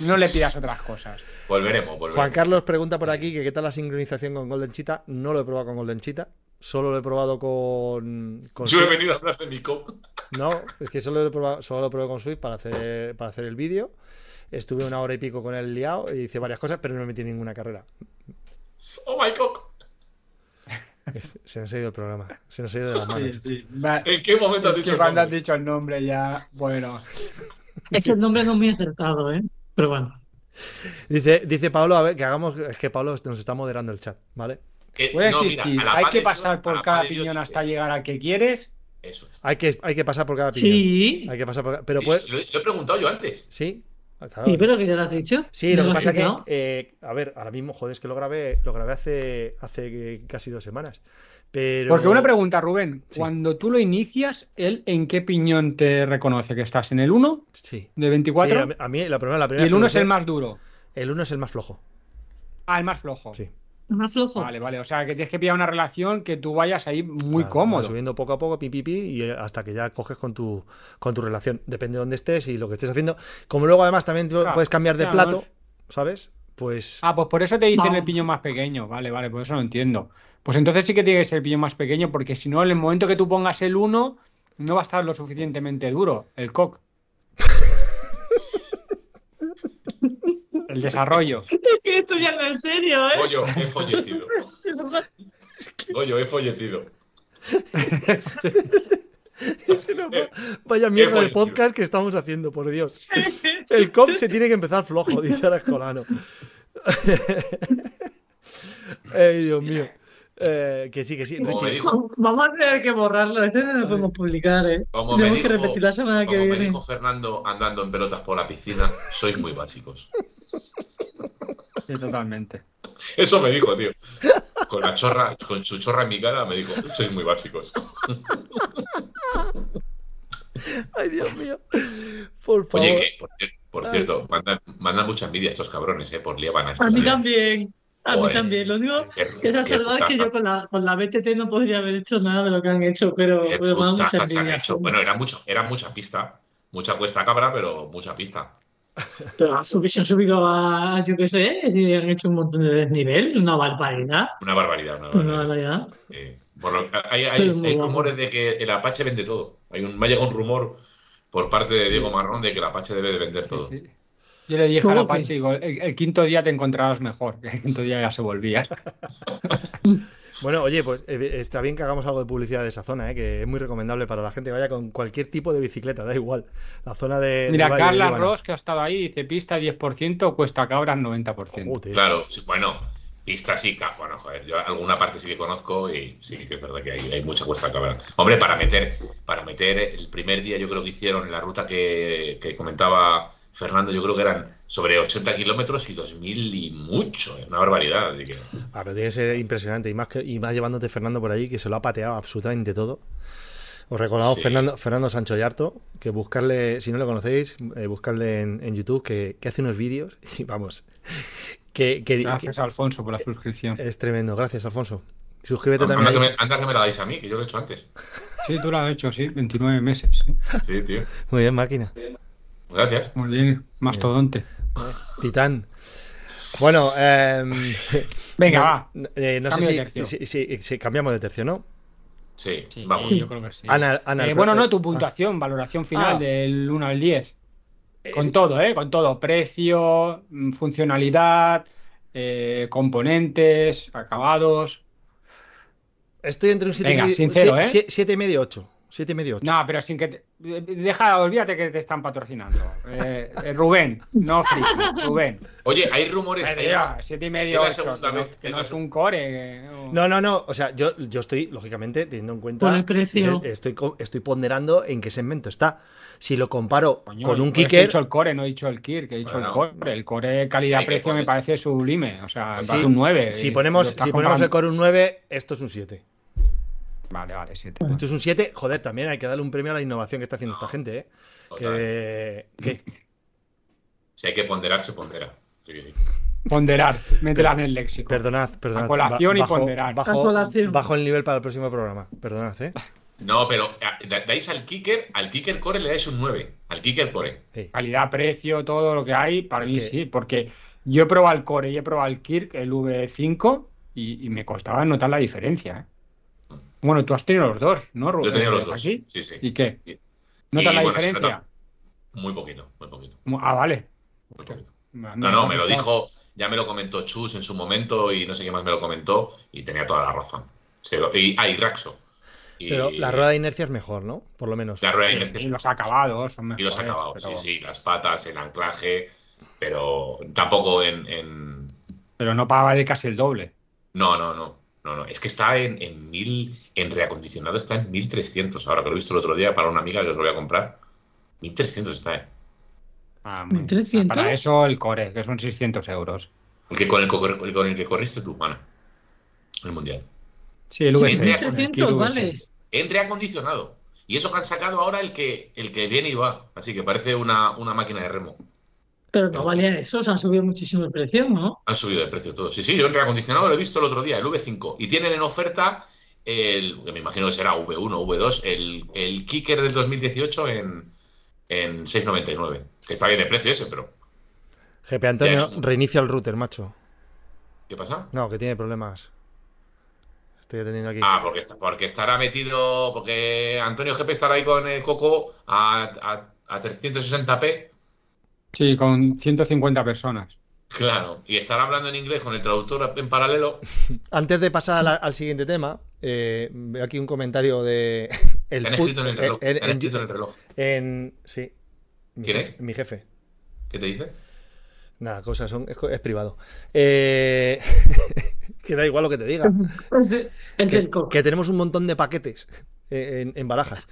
No le pidas otras cosas. Volveremos, volveremos. Juan Carlos pregunta por aquí que qué tal la sincronización con Golden Cheetah. No lo he probado con Golden Cheetah. Solo lo he probado con. con Yo he Swift. venido a hablar de mi cop. No, es que solo lo he probado, solo lo probé con Swift para hacer, para hacer el vídeo. Estuve una hora y pico con él liado y hice varias cosas, pero no me metí en ninguna carrera. Oh my god. Es- Se nos ha ido el programa. Se nos ha ido de las manos. Va- ¿En qué momento has Es dicho que el cuando has nombre? dicho el nombre ya, bueno. Es que el nombre no es muy acertado, ¿eh? Pero bueno. Dice, dice Pablo, a ver, que hagamos. Es que Pablo nos está moderando el chat, ¿vale? Eh, Puede no, mira, existir. a la Hay paz que de Dios, pasar a por la cada paz de Dios piñón dice, hasta llegar al que quieres. Eso es. Hay que, hay que pasar por cada opinión. Sí, Hay que pasar por cada- Pero Sí, pues. lo, lo he preguntado yo antes. Sí. Ah, claro. sí, pero que ya lo has dicho. Sí, lo ¿Ya que pasa has que, quitado? eh, a ver, ahora mismo, joder, es que lo grabé, lo grabé hace, hace eh, casi dos semanas. Pero... Porque una pregunta, Rubén. Sí. Cuando tú lo inicias, ¿él en qué piñón te reconoce? ¿Que estás en el 1 Sí. de Sí, 24? a mí- a mí la primera, la y primera el que 1 lo es el usé, más duro. El uno es el más flojo. Ah, el más flojo. Sí. Más flojo. Vale, vale. O sea, que tienes que pillar una relación que tú vayas ahí muy Claro, vas cómodo. Subiendo poco a poco, pi, pi, pi, y eh, hasta que ya coges con tu, con tu relación. Depende de dónde estés y lo que estés haciendo. Como luego, además, también tú Claro, puedes cambiar de ya, plato, vamos. ¿sabes? Pues. Ah, pues por eso te dicen No. el piñón más pequeño. Vale, vale, por eso lo entiendo. Pues entonces sí que tiene que ser el piñón más pequeño, porque si no, en el momento que tú pongas el 1, no va a estar lo suficientemente duro el cock. el desarrollo. Es que esto ya no es serio, ¿eh? Goyo, he follecido. Goyo, he follecido. se nos va- Vaya mierda de bonito. podcast que estamos haciendo, por Dios. El cop se tiene que empezar flojo, dice Arascolano. Ay, Dios mío. Eh, que sí, que sí. Como Richie, me dijo, Vamos a tener que borrarlo. Este no lo podemos publicar, ¿eh? como me Tenemos que dijo- repetir la semana que como me viene. dijo Fernando andando en pelotas por la piscina, sois muy básicos. Sí, totalmente. Eso me dijo, tío. Con la chorra, con su chorra en mi cara, me dijo, sois muy básicos. Ay, Dios mío. Por favor. Oye, que, por, cier- por cierto, mandan, mandan mucha envidia estos cabrones, eh, por Lieban. A mí también. A mí Joder. también. Lo único que se ha salvado es que yo con la, con la BTT no podría haber hecho nada de lo que han hecho, pero, Qué pero me da mucha putazas han envidia. hecho. Bueno, era, mucho, era mucha pista. Mucha cuesta cabra, pero mucha pista. Pero han subido, se han subido a, yo qué sé, y han hecho un montón de desnivel, una barbaridad. Una barbaridad. Una Una barbaridad. barbaridad. Eh, por lo- hay hay- Pero muy hay guapo. rumores de que el Apache vende todo. Hay un, me ha llegado un rumor por parte de Diego Marrón de que el Apache debe de vender Sí, todo. sí. Yo le dije al ¿Cómo Apache, digo, el, el quinto día te encontrarás mejor. El quinto día ya se volvía. Bueno, oye, pues eh, está bien que hagamos algo de publicidad de esa zona, eh, que es muy recomendable para la gente que vaya con cualquier tipo de bicicleta, da igual. La zona de. Mira, del Valle Carla del Líbano. Ross, que ha estado ahí, dice pista 10%, cuesta cabras 90%. Joder. Claro, sí, bueno, pista sí, ca- bueno, joder, yo alguna parte sí que conozco y sí que es verdad que hay, hay mucha cuesta cabra. Hombre, para meter, para meter el primer día, yo creo que hicieron en la ruta que, que comentaba Fernando, yo creo que eran sobre 80 kilómetros y 2000 y mucho, es una barbaridad. así que- Ah, pero tiene que ser impresionante. Y más, que, y más llevándote Fernando por ahí, que se lo ha pateado absolutamente todo. Os recordamos Sí. Fernando, Fernando Sancho Yarto, que buscarle, si no lo conocéis, eh, buscarle en, en YouTube, que, que hace unos vídeos. Y vamos, que, que- Gracias, Alfonso, por la suscripción. que- es tremendo. Gracias, Alfonso. Suscríbete Anda que, también. me, anda que me la dais a mí, que yo lo he hecho antes. Sí, tú lo has hecho, sí, 29 meses. sí. Sí, tío. Muy bien, máquina. Gracias. Muy bien, mastodonte. Titán. Bueno, em, Venga, no- va. eh, no Cambio de sé si, tercio. si- si- si cambiamos de tercio, ¿no? Sí, Sí, vamos. yo creo que sí. Ana- Ana, Eh, el pro- bueno, no, tu ah, puntuación, valoración final Ah. del 1 al 10. Con eh, todo, ¿eh? Con todo. Precio, mm, funcionalidad, eh, componentes, acabados. Estoy entre un 7 Venga, sincero, ¿eh? 7 y medio 8. 7 y medio 8. No, pero sin que te... Deja, olvídate que te están patrocinando. Eh, eh, Rubén, no friki, Rubén. Oye, hay rumores. hay- Ay, tío, siete y medio, Es la ocho, segunda que no, vez, que es no la es un core. eh, o- No, no, no. O sea, yo, yo estoy, lógicamente, teniendo en cuenta. Por el precio. de- estoy, co- estoy ponderando en qué segmento está. Si lo comparo Coño, pues con un por eso He kicker. dicho el core, no he dicho el kick, he dicho el Bueno. core. El core Hay que calidad-precio me poner- parece sublime. O sea, me Sí, parece un 9. Si y ponemos, lo estás si ponemos el comparando- core un 9, esto es un 7. Vale, vale, 7. Esto es un 7. Joder, también hay que darle un premio a la innovación que está haciendo esta gente, ¿eh? Total. Que, que- Si hay que ponderar, se pondera. Sí, sí. Ponderar, métela en el léxico. Perdonad, perdonad. A colación y Ba- bajo- ponderar. Bajo, A colación. bajo el nivel para el próximo programa. Perdonad, ¿eh? No, pero a- da- dais al kicker, al kicker core le dais un 9. Al kicker core. Sí. Calidad, precio, todo lo que hay, para Es mí que- sí, porque yo he probado el Core y he probado el Kirk, el V5, y, y me costaba notar la diferencia. ¿eh? Bueno, tú has tenido los dos, ¿no, Yo Rubén? he tenido los dos. Aquí. Sí, sí. ¿Y qué? Y- ¿Notas y, la bueno, se diferencia? nota. Muy poquito, muy poquito. Mu- Ah, vale. muy poquito. No, No, no, me lo dijo, ya me lo comentó Chus en su momento y no sé qué más me lo comentó y tenía toda la razón. Se lo- y, ah, y Raxo. Y- Pero la rueda de inercia es mejor, ¿no? Por lo menos. la rueda de inercia. Y los acabados son Y los mejores, acabados, pero- sí, sí, las patas, el anclaje, pero tampoco en... en- Pero no pagaba de casi el doble. No, no, no, no, no. Es que está en, en mil, en reacondicionado está en 1300 ahora, que lo he visto el otro día para una amiga que os lo voy a comprar. 1300 está, ¿eh? Ah, muy bien. 1300. Para eso el Core, que son 600 euros. Porque con el, que cor- con el que corriste tú, Juana, el mundial. Sí, el Sí, V6. el 300, Kirk vale. V6. En reacondicionado. Y eso que han sacado ahora el que, el que viene y va. Así que parece una, una máquina de remo. Pero no valía eso, se han subido muchísimo el precio, ¿no? Han subido de precio todo. Sí, sí, yo en reacondicionado lo he visto el otro día, el V5. Y tienen en oferta el, que me imagino que será V1, V2, el, el kicker del 2018 en, en 6,99. Que está bien de precio ese, pero GP Antonio, Ya es- reinicia el router, macho. ¿qué pasa? No, que tiene problemas. Estoy atendiendo aquí. Ah, porque, está, porque estará metido, porque Antonio GP estará ahí con el Coco a, a, a 360p. Sí, con 150 personas. Claro, y estará hablando en inglés con el traductor en paralelo. Antes de pasar a la- al siguiente tema, eh, veo aquí un comentario de. El Te han put- eh, escrito en el reloj. en- te han en- escrito en el reloj. en- sí. Mi ¿Quién jefe- es? Mi jefe. ¿Qué te dice? Nada, cosas son. Es, co- es privado. Eh, que da igual lo que te diga. Es de- el que, del coco. que tenemos un montón de paquetes en, en barajas.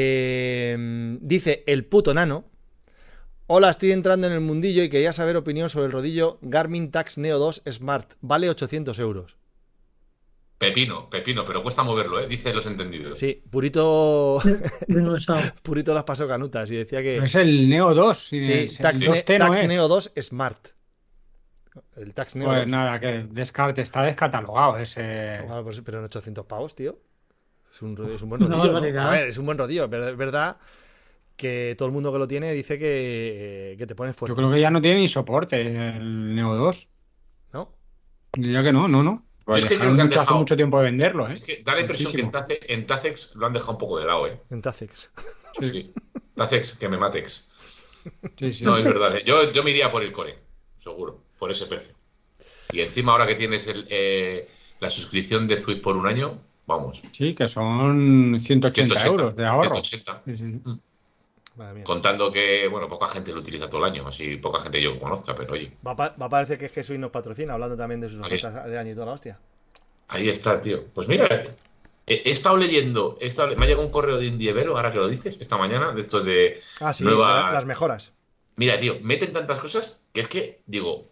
Eh, dice el puto nano. Hola, estoy entrando en el mundillo y quería saber opinión sobre el rodillo Garmin Tax Neo 2 Smart. Vale 800 euros. Pepino, pepino, pero cuesta moverlo, ¿eh? Dice los entendidos. Sí, Purito, Dinosaurio. Purito las pasó canutas y decía Pero que. es el Neo 2. Sí, Eh, Sí, el- Tax, el Ne- 2T no Tax es. Neo 2 Smart. El Tax Neo Pues 2. nada, que descarte, está descatalogado ese. Ah, pues, pero en 800 pavos, tío. Es un, ro- es un buen Una rodillo. ¿no? barbaridad. A ver, es un buen rodillo, pero es verdad que todo el mundo que lo tiene dice que, que te pones fuerte. Yo creo que ya no tiene ni soporte el Neo 2. ¿no? Yo que no, no, no. Pues es que dejaron creo que han mucho- hace dejado- mucho tiempo de venderlo, ¿eh? Es que da la impresión Muchísimo. que en Tace- en Tacex lo han dejado un poco de lado, ¿eh? En Tacex. Sí. Sí. Tacex, que me matex. Sí, sí. No, es verdad. ¿eh? Yo, yo me iría por el core, seguro, por ese precio. Y encima ahora que tienes el, eh, la suscripción de Zwift por un año, vamos. Sí, que son 180, 180 euros de ahorro. 180. Sí, sí. Madre mía. Contando que, bueno, poca gente lo utiliza todo el año, así poca gente yo conozca, pero oye, Va, a pa- va a parecer que Jesús nos patrocina, hablando también de sus Ahí ofertas de año y toda la hostia. ahí está, tío. Pues mira, he, he estado leyendo, he estado- me ha llegado un correo de Indievero, ahora que lo dices, esta mañana, de estos de, Ah, sí, Nuevas- la- las mejoras. mira, tío, meten tantas cosas que es que, digo,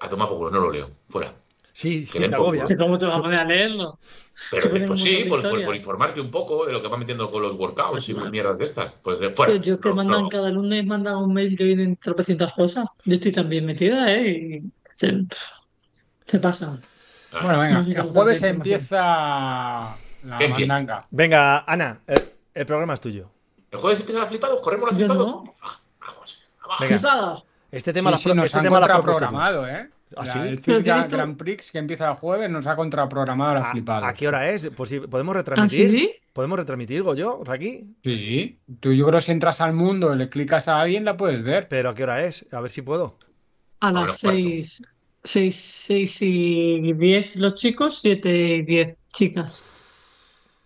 a tomar por culo, no lo leo, fuera. Sí, sí, den te por agobia. ¿Que ¿Cómo te vas a poner a leerlo? Pero Se pues, ponen un sí, montón de por, por- por historias. informarte un poco de lo que va metiendo con los workouts y Claro. mierdas de estas. Pues de fuera. yo es que No, mandan no. cada lunes mandan un mail que vienen tropecientas cosas. Yo estoy también metida, ¿eh? Y se, se pasan. Bueno, venga, No, que no, el jueves no, no, no. empieza la ¿Qué empieza? mandanga. Este Venga, Ana, el, el programa es tuyo. ¿El jueves empiezan las flipados? ¿Corremos las Yo flipados? no. Ah, Vamos, vamos. Venga. Flipadas. Este tema Sí, la sí, nos este han tema la has propuesto tú. contraprogramado, ¿eh? ¿Ah, La- sí? El Pero Circuit tienes tú- Grand Prix que empieza el jueves nos ha contraprogramado la ¿A- flipada. ¿A, qué hora es? Pues si podemos ¿Ah, retransmitir. sí? ¿Podemos retransmitir, Goyo, Raki? Sí, tú yo creo que si entras al mundo y le clicas a alguien la puedes ver. Pero ¿a qué hora es? A ver si puedo. A Ahora las cuarto. seis, seis, seis y diez los chicos, siete y diez chicas.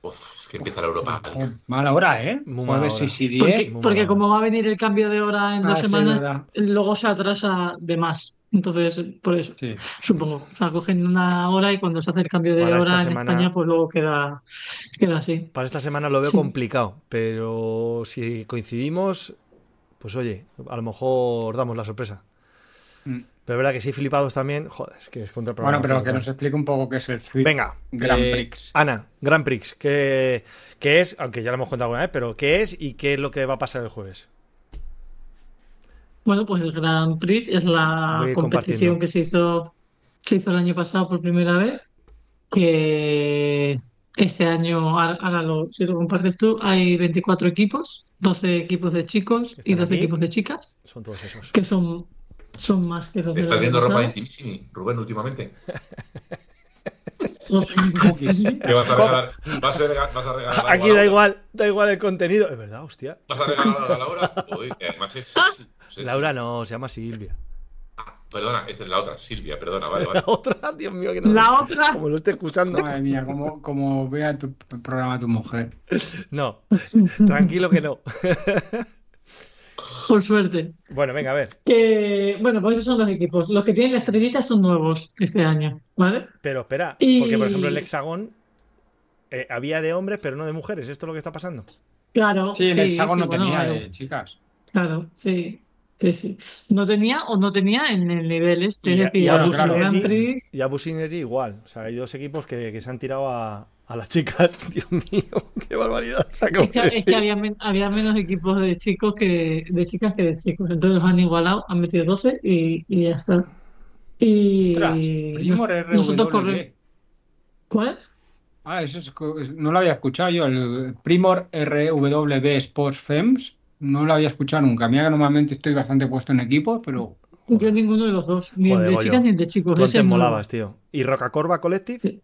Uf, es que empieza la Europa. League. Mala hora, ¿eh? Muy mala Jueves hora. 6 y Porque, 10. muy porque mala como va a venir el cambio de hora en dos Ah, sí, semanas, verdad. luego se atrasa de más. Entonces, por eso, Sí. supongo. O sea, cogen una hora y cuando se hace el cambio de Para esta hora en semana- España, pues luego queda, queda así. Para esta semana lo veo Sí. complicado, pero si coincidimos, pues oye, a lo mejor damos la sorpresa. Mm. Pero es verdad que sí, flipados también. Joder, es que es contra el programa Bueno, pero que flipada. nos explique un poco qué es el Swift. Venga, Grand eh, Prix. Ana, Grand Prix, ¿qué, qué es? Aunque ya lo hemos contado alguna vez, pero ¿qué es y qué es lo que va a pasar el jueves? Bueno, pues el Grand Prix es la Voy compartiendo. competición que se hizo, se hizo el año pasado por primera vez, que este año, ahora, ahora lo, si lo compartes tú, hay 24 equipos, 12 equipos de chicos y Están 12 aquí. equipos de chicas, Son todos esos. que son, son más que los ¿Te del estás año viendo ropa pasado. intimísima, Rubén, últimamente? Los- ¿Qué vas a regalar? ¿Vas a regalar, vas a regalar algo Aquí a da Laura? igual, da igual el contenido. Es verdad, hostia. ¿Vas a regalar algo a Laura? Uy, que además es sexy, sexy. Laura no, se llama Silvia. Ah, perdona, esta es la otra, Silvia, perdona, vale, La vale. otra, Dios mío, que no. La otra, Como lo esté escuchando. Madre mía, como, como vea tu programa tu mujer. No, tranquilo que no. por suerte. Bueno, venga, a ver. Que, bueno, pues esos son los equipos. Los que tienen la estrellita son nuevos este año, ¿vale? Pero espera, Y- porque por ejemplo el hexagón eh, había de hombres, pero no de mujeres. ¿Esto es lo que está pasando? Claro, Sí, el hexágono Oh, sí, bueno, tenía claro. de chicas. Claro, sí, sí, sí. No tenía o no tenía en el nivel este, Y- es decir, y a el Bruce Grand Energy. Prix, Y Abu Sinery igual. O sea, hay dos equipos que, que se han tirado a, a las chicas. Dios mío, qué barbaridad. es que, es que había, men- había menos equipos de chicos que de chicas que de chicos. Entonces los han igualado, han metido 12 y, y ya está. Y Ostras, Primor nos- RWB. nosotros corremos. ¿Cuál? Ah, eso es co- es- no lo había escuchado yo. El Primor RWB Sports Fems. No lo había escuchado nunca. Mira que normalmente estoy bastante puesto en equipo, pero Yo ninguno de los dos, ni el Joder, de Goyo. chicas ni el de chicos. Tú Ese antes es nuevo. molabas, tío. ¿Y Rocacorva Collective?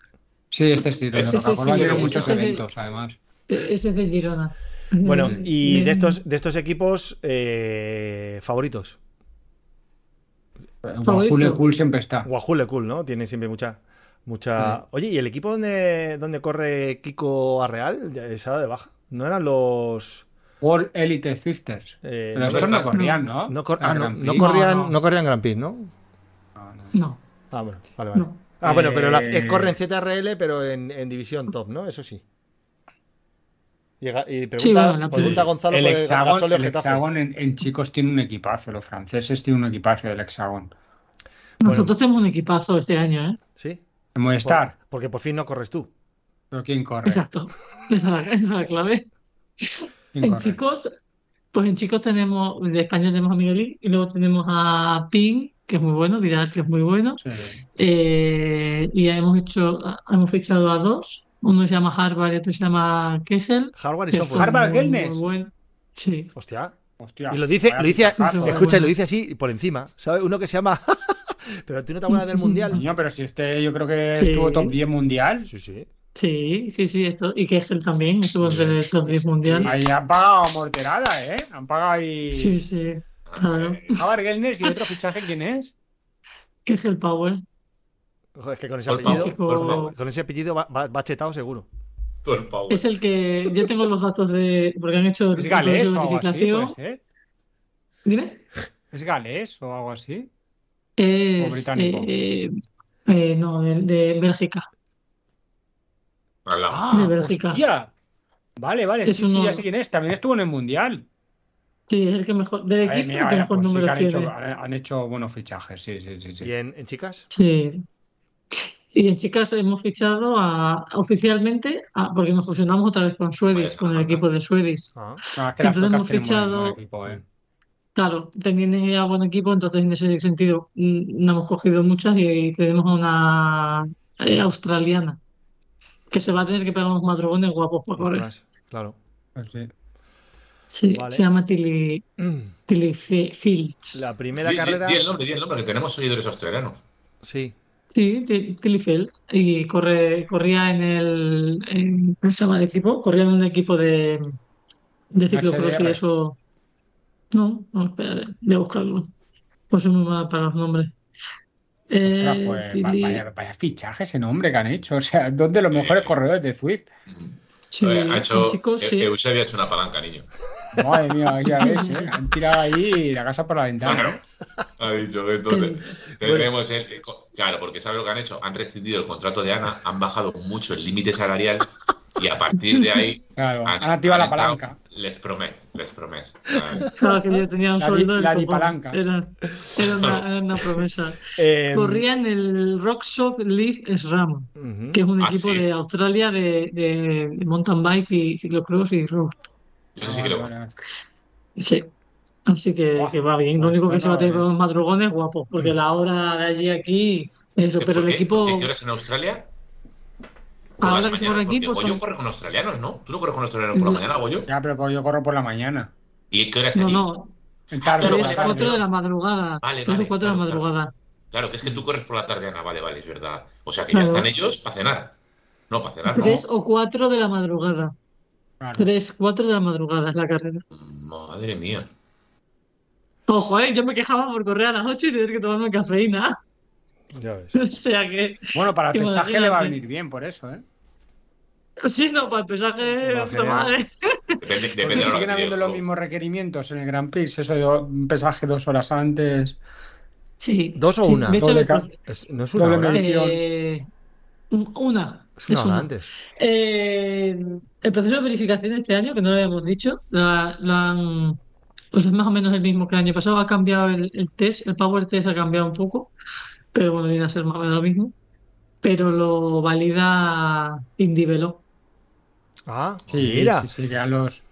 sí, este sí, lo de Sí, sí, Rocacola sí, tiene sí, muchos sí, sí. eventos, además. E- Ese es de Girona. Bueno, Mm, y de bien. estos, de estos equipos eh, favoritos. Julio Cool siempre está. Ah. Guajule Cool, ¿no? Tiene siempre mucha. mucha... Oye, ¿y el equipo donde, donde corre Kiko Arreal? Ya ¿Se ha dado de baja? ¿No eran los. World Elite Sisters. eh, Pero no, estos no corrían, ¿no? no cor- El ah, no- Grand no Prix. corrían, No, no. no corrían Grand Prix, ¿no? No, Ah, bueno, vale, vale. no. Ah, bueno, pero la- Eh, eh, corre en ZRL, pero en, en división top, ¿no? Eso sí. Llega- y pregunta, bueno, la- pregunta Gonzalo el por el Hexagon, Gasol y el el Getafe. Hexagon en, en chicos tiene un equipazo, los franceses tienen un equipazo del Hexagon. Nosotros tenemos un equipazo este año, ¿eh? ¿Sí? En Movistar, Por- porque por fin no corres tú. pero ¿quién corre? Exacto. Esa esa es la clave. ¿Quién En corre? chicos, pues en chicos tenemos, de España tenemos a Miguelín y luego tenemos a Pin, que es muy bueno, Vidal, que es muy bueno. Sí. Eh, y hemos hecho, hemos fichado a dos. Uno se llama Harvard y otro se llama Kessel. Hardware y que software. son Harvard muy, muy Guinness. buen- Sí. Hostia. Hostia, Y lo dice, vaya ¿eh? lo dice, pitajazo. es escucha, y lo dice así por encima, ¿sabes? Uno que se llama. pero tú no te acuerdas del mundial. Coño, pero si este yo creo que Sí. estuvo top 10 mundial, Sí, sí. Sí, sí, sí, esto. Y Kessel también estuvo entre el top 10 mundial. ahí han pagado morterada, ¿eh? Han pagado ahí. Sí, sí. Claro. Javier Gelnes y otro fichaje, ¿quién es? Kessel Power. Joder, es que con ese Por apellido, favor, por Chico, favor, con ese apellido va, va- va chetado seguro. todo el power. Es el que yo tengo los datos de. Porque han hecho ¿Es el control de galés o algo así? verificación. puede ser? Dime. ¿Es galés o algo así? Es, británico? eh, eh, no, de, de Bélgica. Al lado. ¡Ah! Bélgica. hostia. Vale, vale, Es sí, sí, uno- ya sé quién es. También estuvo en el mundial. Sí, es el que mejor, del Madre equipo mía, el que vaya, mejor pues sí que números han, hecho, tiene. han- han hecho buenos fichajes, sí, sí, sí. sí. ¿Y en, en chicas? Sí. Y en chicas hemos fichado a, oficialmente, a- porque nos fusionamos otra vez con Suedis, Bueno, con el ajá. equipo de Suedis. Ah, No, es que las Entonces suecas tienen hemos buen- fichado- buen equipo, eh. Claro, teniendo ya buen equipo, entonces en ese sentido mm, no hemos cogido muchas y tenemos a una eh, australiana que se va a tener que pegar unos madrugones guapos para correr. ostras, claro. Pues sí. Sí, Vale. se llama Tilly, Tilly Fi- Fields. La Di, primera di- carrera. di el nombre, di el nombre, que tenemos seguidores australianos. Sí. Sí, Ti- Tilly Fields. Y corre, corría en el. en- ¿cómo se llama el equipo? Corría en un equipo de, de ciclocross y HDR. eso. No, no, espérate, voy a buscarlo. Pues un mal para los nombres. Ostras, Eh, pues, va- Tilly- vaya, vaya fichaje ese nombre que han hecho. O sea, dos de los mejores Eh. corredores de Swift. sí, Eh, ha hecho, chicos, eh, sí. Eusebio ha hecho una palanca, niño. Madre mía, ya ves, ¿eh? Han tirado ahí la casa por la ventana. eh. Claro. Ha dicho que entonces tenemos el- el co- claro, porque ¿sabes lo que han hecho? Han rescindido el contrato de Ana, han bajado mucho el límite salarial y a partir de ahí Claro, han, han activado han la entrado- palanca. Les prometo, les prometo. Ah, Claro, que yo tenía un La di- sueldo del la copón. dipalanca. Era, era una, era una promesa. Em, Corría en el Rock Shop League SRAM. Em, ujú. que es un Ah, equipo sí. de Australia de, de mountain bike y ciclocross y road. Yo sé sí que lo Vale, vale, vale. Sí. Así que, Buah, que va bien. Lo pues único que se va a tener suena con los madrugones, guapo, porque la hora de allí aquí, eso, ¿Por pero el qué? equipo, ¿De qué horas en Australia? Por ahora las que se mañanas, corre porque aquí, pues Goyo son- corre con australianos, ¿no? Tú no corres con australianos por la No. mañana, Goyo. Ya, pero pues yo corro por la mañana. ¿Y qué horas no, allí? no, El tarde, Claro, vale, por tres, la vale, tarde. cuatro de la madrugada, Vale, tres o vale, cuatro de la claro, claro. madrugada. Claro, que es que tú corres por la tarde, Ana. Vale, vale, es verdad. O sea, que Claro. ya están ellos para cenar. No, para cenar, Tres no. o cuatro de la madrugada, Claro. tres, cuatro de la madrugada es la carrera. Madre mía. Ojo, eh, yo me quejaba por correr a las ocho y tener que tomarme cafeína, Ya ves. o sea que, Bueno, para el Qué pesaje le va a maravilla, venir bien por eso, ¿eh? sí, no, para el pesaje, Va, puta genial. madre. Depende, depende de Porque la hora siguen que llegue, habiendo los jo. mismos requerimientos en el Grand Prix, eso de un pesaje dos horas antes. Sí, ¿Dos o sí, una? de hecho, Doble el- ca- Es- no es una Doble hora, medida. eh, una, es una es hora una. antes. Eh, el proceso de verificación de este año, que no lo habíamos dicho, la, la han- pues es más o menos el mismo que el año pasado. Ha cambiado el, el test, el Power Test ha cambiado un poco, pero bueno, viene a ser más o menos lo mismo. Pero lo valida Indivelo. Ah, Sí, mira. sí, sí, que a los.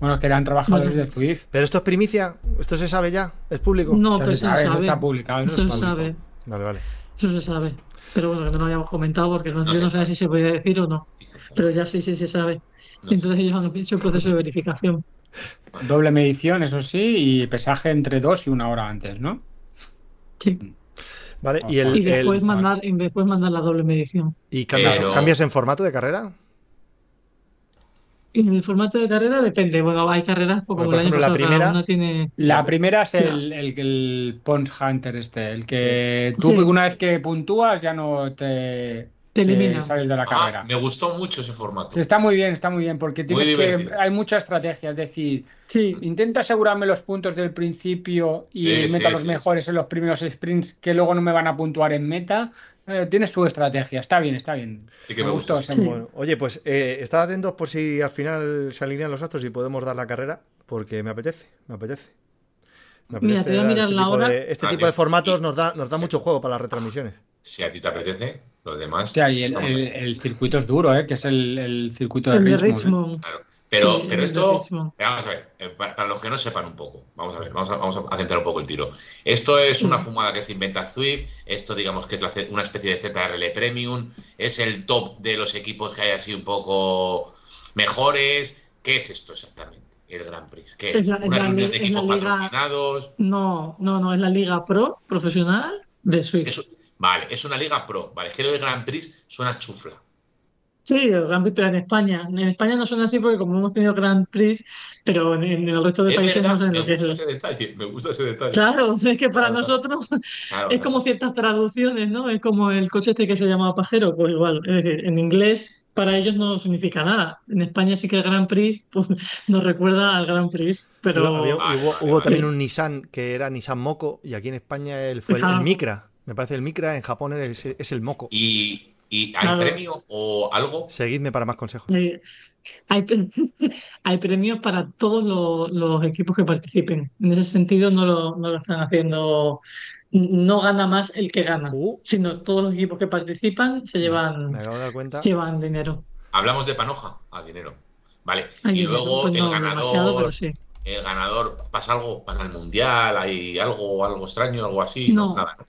Bueno, que eran trabajadores Bueno. de Zwift. Pero esto es primicia. Esto se sabe ya. Es público. No, Ya pero se eso sabe, se eso sabe. está publicado. eso Eso es se público. sabe, Vale, vale. eso se sabe. Pero bueno, que no lo habíamos comentado porque no, No yo se no sabía sabe. si se podía decir o no. Pero ya sí, sí se sabe. No sé. Entonces ellos han hecho el proceso de verificación. Doble medición, eso sí, y pesaje entre dos y una hora antes, ¿no? Sí. Vale, y el. Ah, Y el- después mandar, y después mandar la doble medición. ¿y cambias, Pero- cambias en formato de carrera? En el formato de carrera depende. Bueno, hay carreras pues, como Bueno, por el año ejemplo, la pasado, cada primera- una tiene. La primera es el, el, el Pond Hunter este, el que tú Sí. una vez que puntúas ya no te, Eh, Te elimina. sales de la Ah, carrera. me gustó mucho ese formato. Está muy bien, está muy bien, porque Muy tienes que, divertido. hay mucha estrategia, es decir, Sí, intento asegurarme los puntos del principio y Sí, meta sí, los sí. mejores en los primeros sprints que luego no me van a puntuar en meta. Eh, tienes su estrategia, está bien, está bien. Sí que me me gustó, gusta. ese modo. Bueno, oye, pues eh, estad atentos por si al final se alinean los astros y podemos dar la carrera, porque me apetece, me apetece. Me Mira, apetece te voy a dar mirar este la tipo hora. de, este Vale. tipo de formatos nos da, nos da mucho juego para las retransmisiones. Ah, Si a ti te apetece, los demás. Hostia, y el, estamos el- ahí. el circuito es duro, ¿eh? que es el, el circuito de el de Richmond. Richmond. Claro. Pero, Sí, pero el esto, atletismo. vamos a ver, eh, para, para los que no sepan un poco, vamos a ver, vamos a, vamos a centrar un poco el tiro. Esto es Mm. una fumada que se inventa Zwift, esto digamos que es la C- una especie de ZRL Premium, es el top de los equipos que hay así un poco mejores. ¿Qué es esto exactamente? El Gran Prix. ¿Qué es? Es la- es una la reunión de li- es la equipos liga- patrocinados. No, no, no, es la Liga Pro Profesional de Swift. Es un- vale, es una liga pro. Vale, es que lo del Gran Prix suena chufla. Sí, el Gran Prix, pero en España. En España no suena así porque como hemos tenido Grand Prix, pero en, en el resto de Es países verdad, no saben me lo que es. gusta ese detalle, me gusta ese detalle. Claro, es que Claro, para claro. nosotros Claro, es claro. como ciertas traducciones, ¿no? Es como el coche este que se llamaba pajero, pues igual, es decir, en inglés para ellos no significa nada. En España sí que el Grand Prix pues, nos recuerda al Grand Prix, Sí, pero había- Vale, hubo vale, hubo vale. también un Nissan que era Nissan Moco y aquí en España el, fue el, el Ajá. Micra. Me parece el Micra, en Japón es, es el Moco. ¿Y, y hay Claro. premio o algo? Seguidme para más consejos. eh, hay, pre- hay premios para todos lo- los equipos que participen. En ese sentido no lo, no lo están haciendo, no gana más el que gana, Uh. sino todos los equipos que participan se Me llevan, acabo de dar cuenta. llevan dinero. Hablamos de panoja a dinero. Vale. Hay y dinero, luego pues el no demasiado, pero ganador, sí. el ganador, ¿pasa algo para el mundial? ¿Hay algo, algo extraño, algo así? No, No. nada. ¿no?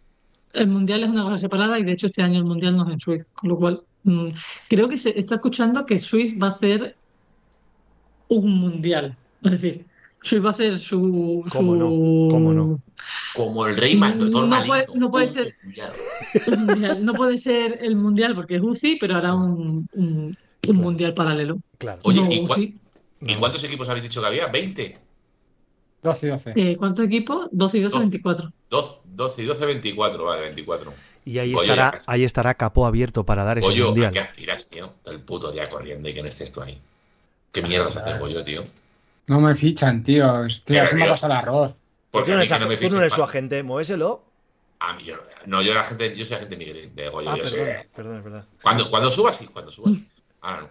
El mundial es una cosa separada y de hecho este año el mundial no es en Suiza, con lo cual mm, creo que se está escuchando que Suiza va a hacer un mundial. Es decir, Suiza va a hacer su. ¿Cómo su- no? ¿Cómo no? Como el rey maltrator No maligno. puede- no puede Uy, ser. cuidado. un mundial. No puede ser el mundial porque es UCI, pero hará Sí. un, un- un Claro. mundial paralelo. Claro. Oye, No ¿y, cua- UCI. y cuántos equipos habéis dicho que había? ¿20? 12-12. Eh, ¿Cuántos equipos? 12 y 12, Doce. 24. 12, 12 y 12, 24. Vale, 24. Y ahí Oye, estará, ya- ahí estará capó abierto para dar ese Goyo, ¿a mundial. qué aspiras, tío? Todo el puto día corriendo y que no estés tú ahí. ¿Qué mierdas haces, Goyo, tío? No me fichan, tío. Hostia, Pero, se me ha tío. pasado el arroz. Tú Porque a no mí eres, que no ag- me tú no fiches eres su para- agente, muéveselo. a mí, yo, no, yo, era gente, yo soy agente Miguel de Goyo. Ah, yo soy- perdón, perdón, es verdad. Cuando, cuando subas, sí, cuando subas. Ahora no.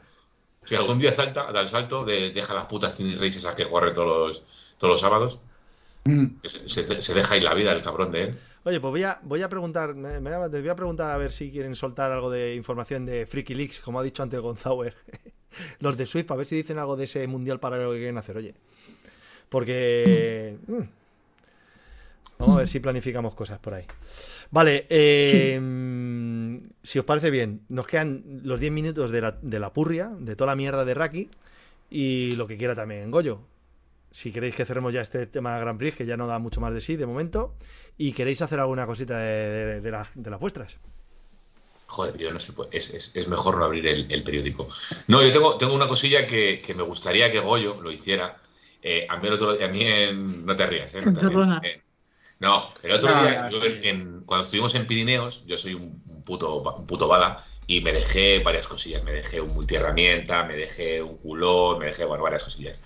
Si algún día salta, da el salto, de- deja las putas Tiny Races a que corre todos los, todos los sábados. Mm. que Se, se- se deja ir la vida el cabrón de él. Oye, pues voy a, voy a preguntar, me, me llama- les voy a preguntar a ver si quieren soltar algo de información de Freaky Leaks, como ha dicho antes Gonzauer. Los de Swift, a ver si dicen algo de ese mundial paralelo que quieren hacer, oye. Porque. mm, Vamos a ver si planificamos cosas por ahí. Vale, eh, mm, si os parece bien, nos quedan los 10 minutos de la, de la purria, de toda la mierda de Raki y lo que quiera también Goyo. Si queréis que cerremos ya este tema de Grand Prix, que ya no da mucho más de sí de momento, y queréis hacer alguna cosita de, de- de las- de las vuestras. Joder, tío, no se puede. Es, es- es mejor no abrir el, el periódico. No, yo tengo, tengo una cosilla que, que me gustaría que Goyo lo hiciera. Eh, a mí el otro a mí en. No te rías, ¿eh? No, te En rías. Tarrona. Eh, no, el otro No, día, no, yo sí. en- en- cuando estuvimos en Pirineos, yo soy un, un puto, ba- un puto bala y me dejé varias cosillas. Me dejé un multiherramienta, me dejé un culón, me dejé, bueno, varias cosillas.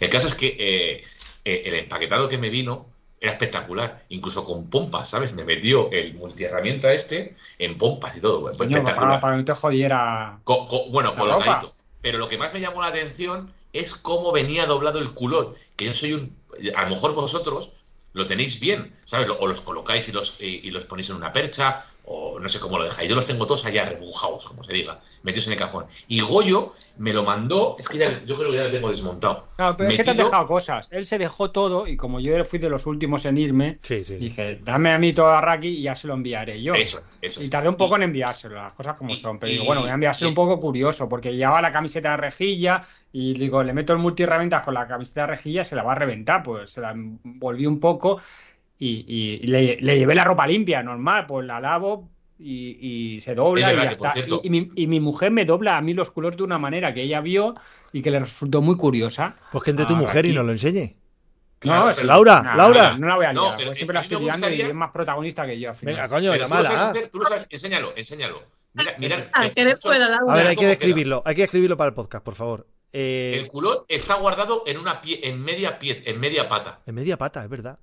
El caso es que eh, eh, el empaquetado que me vino era espectacular, incluso con pompas, ¿sabes? Me metió el multiherramienta este en pompas y todo, fue Coño, espectacular. papá, para que no te jodiera. Co- co- bueno, La colocadito. ropa. Pero lo que más me llamó la atención es cómo venía doblado el culot. Que yo soy un. A lo mejor vosotros lo tenéis bien, ¿sabes? Lo- O los colocáis y los, y, y los ponéis en una percha, o no sé cómo lo dejáis. Yo los tengo todos allá rebujados, como se diga, metidos en el cajón. Y Goyo me lo mandó. Es que ya, yo creo que ya lo tengo desmontado. Claro, pero es que te han Metido- dejado cosas. Él se dejó todo y como yo fui de los últimos en irme, Sí, sí. sí. dije, dame a mí todo a Raki y ya se lo enviaré yo. Eso, eso. Y es. tardé un poco en enviárselo, las cosas como Y- son. Pero y- digo, bueno, voy a enviárselo y- un poco curioso, porque llevaba la camiseta de rejilla y digo, le meto el multiherramientas con la camiseta de rejilla, se la va a reventar. Pues se la envolví un poco y, y le, le llevé la ropa limpia, normal, pues la lavo y, y se dobla Es y verdad ya que, por está. cierto- Y, y mi, y mi mujer me dobla a mí los culos de una manera que ella vio y que le resultó muy curiosa. Pues que entre tu Ah, mujer y aquí. nos lo enseñe. Claro, no, pero- Laura, Nah, Laura. No la voy a No, liar, pero porque siempre a mí la me estoy liando y gustaría- es más protagonista que yo al final. Venga, coño, Ah. Pero tú lo sabes llamala. hacer, tú lo sabes, enséñalo, enséñalo. Mira, mira. Ah, eh, que eres mucho- fuera, A Laura. ver, hay que ¿Cómo queda? describirlo. Hay que describirlo para el podcast, por favor. Eh, El culot está guardado en una pie, en media pie, en media pata. en media pata, es verdad.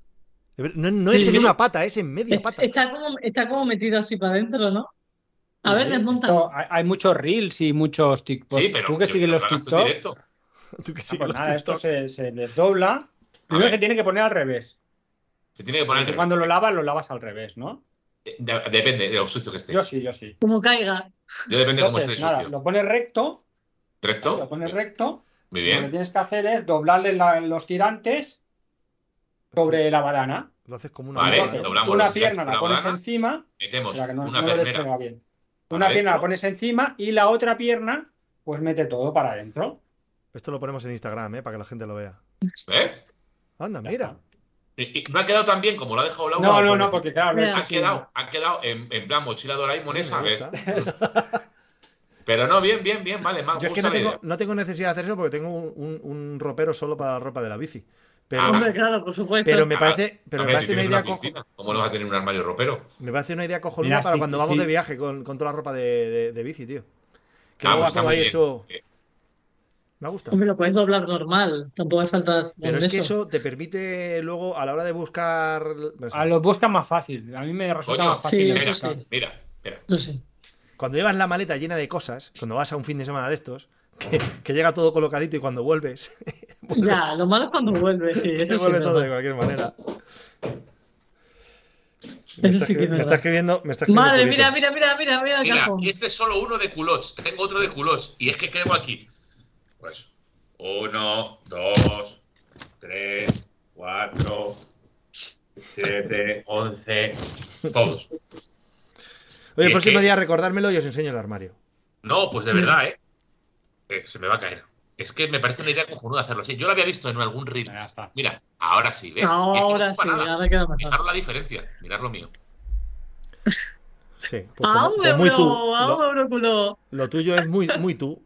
Es ver- No, no Sí, es en sí. una pata, es en media pata. Eh, Está como, está como metido así para adentro, ¿no? A ver, desmonta. Esto, hay, hay muchos reels y muchos TikTok. Sí, pero Pues, Tú que yo- sigues yo los lo lanzo en TikTok. directo. Tú que ah, pues sigues los nada, esto TikToks. se, se desdobla. ver. Primero que tiene que poner al revés. Se tiene que poner Porque al Cuando lo revés. lavas, lo lavas al revés, ¿no? De- Depende de lo sucio que esté. Yo sí, yo sí. Como caiga. Yo depende de cómo esté de Entonces, nada, sucio. lo pones recto. Lo ¿Recto? pones recto. Muy Lo que bien. tienes que hacer es doblarle la- los tirantes sobre la banana. Lo haces como una. Vale, bola, ¿no? Entonces, doblamos una los tirantes pierna de la la pones banana. encima. o Metemos sea, que no, una no lo palmera. despega bien. Una Correcto. pierna la pones encima y la otra pierna, pues mete todo para adentro. Esto lo ponemos en Instagram, ¿eh? Para que la gente lo vea. ¿Ves? Anda, Ya mira. está. Y- y no ha quedado tan bien como lo ha dejado Laura. No, no, por no, eso. porque claro, lo he Mira. hecho pues Ha así. quedado, ha quedado en, en plan mochila Doraemon Me esa, ¿ves? gusta. Pero no, bien, bien, bien, vale, más Yo es que no tengo, no tengo necesidad de hacer eso porque tengo un, un- un ropero solo para la ropa de la bici. Pero, Ah, Hombre, claro, por supuesto. pero me parece, pero me parece una idea cojo- ¿Cómo no vas a tener un armario ropero? me parece una idea cojonuda Mira, para sí, cuando vamos sí. de viaje con, con toda la ropa de, de- de bici, tío. Que Ah, luego pues va está todo muy ahí bien. hecho. Eh, Me gusta. Hombre, lo puedes doblar normal. Tampoco hace falta. Pero hacer es que eso te permite luego a la hora de buscar. pues no sé, A los busca más fácil. A mí me resulta Coño, más fácil. Sí, el Mira, eso buscar. sí. mira, mira. No sé. Cuando llevas la maleta llena de cosas, cuando vas a un fin de semana de estos, que, que llega todo colocadito y cuando vuelves, Ya, lo malo es cuando vuelve, sí. se Eso sí, vuelve es todo de verdad. cualquier manera. Me Eso está, sí que escri- es me está verdad. escribiendo. Me está escribiendo Madre, Purito. mira, mira, mira, mira, mira el Mira, cajón. este es solo uno de culots. Tengo otro de culots. Y es que creo aquí. Pues, uno, dos, tres, cuatro, siete, once. Todos. Oye, el Es próximo que- día recordármelo y os enseño el armario. No, pues de verdad, ¿eh? Eh, Se me va a caer. Es que me parece una idea cojonuda hacerlo así. Yo lo había visto en algún reel. Ya está. Mira, ahora sí, ¿ves? Y es que no Ahora ocupa sí, nada. ahora queda mejor. Fijaros la diferencia. Mirad lo mío. Sí, pues, como- ¡A un pues muy tú. euro! ¡A Lo, un euro, culo! lo tuyo es muy, muy tú.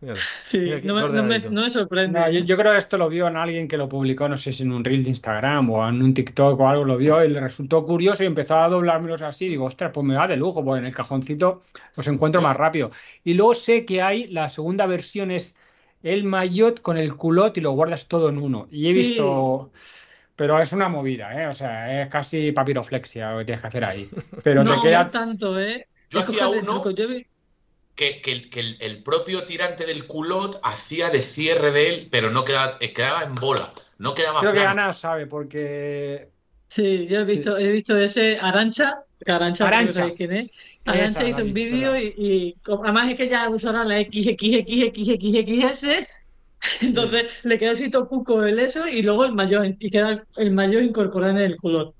Míralo. Sí, Mira qué no me, no, me, ordenadito. no me sorprende. No, yo, yo creo que esto lo vio en alguien que lo publicó, no sé si en un reel de Instagram o en un TikTok o algo, lo vio y le resultó curioso y empezó a doblármelos así. Digo, ostras, pues me va de lujo, porque en el cajoncito los encuentro más rápido. Y luego sé que hay, la segunda versión es el maillot con el culot y lo guardas todo en uno. Y he Sí. visto... Pero es una movida, ¿eh? O sea, es casi papiroflexia lo que tienes que hacer ahí. Pero no, te queda... no tanto, ¿eh? Yo Es hacía cogerle el uno- truco, yo vi- Que, que el, que el- el propio tirante del culot hacía de cierre de él, pero no quedaba, eh, quedaba en bola. No quedaba Creo que plano. Ana sabe, porque Sí, yo he visto, he visto ese Arancha, que Arancha, Arantxa. no sabéis quién es. Arancha Esa, hizo Dani, un vídeo y, y como- además es que ya usará la XXXXXXS Entonces le quedó así topuco el eso y luego el mayor, y queda el mayor incorporado en el culot.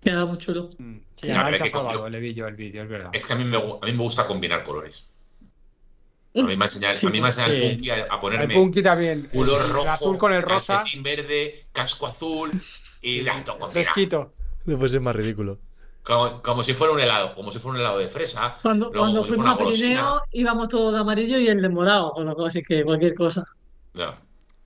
Queda muy chulo. Sí, No, a pero es que Nacho Salvador con- le vi yo el vídeo, es verdad. Es que a mí me, gu- a mí me gusta combinar colores. A mí me ha enseñado, a mí me ha enseñado Sí. el Punky a, a El ponerme Punky también. color El rojo, azul con el rosa, calcetín verde, casco azul y gato cocina. fresquito. Después es más ridículo. Como, como si fuera un helado, como si fuera un helado de fresa. Cuando, luego cuando como si fuera una fuimos a golosina. Pirineo íbamos todos de amarillo y el de morado, con lo cual así que cualquier cosa. No.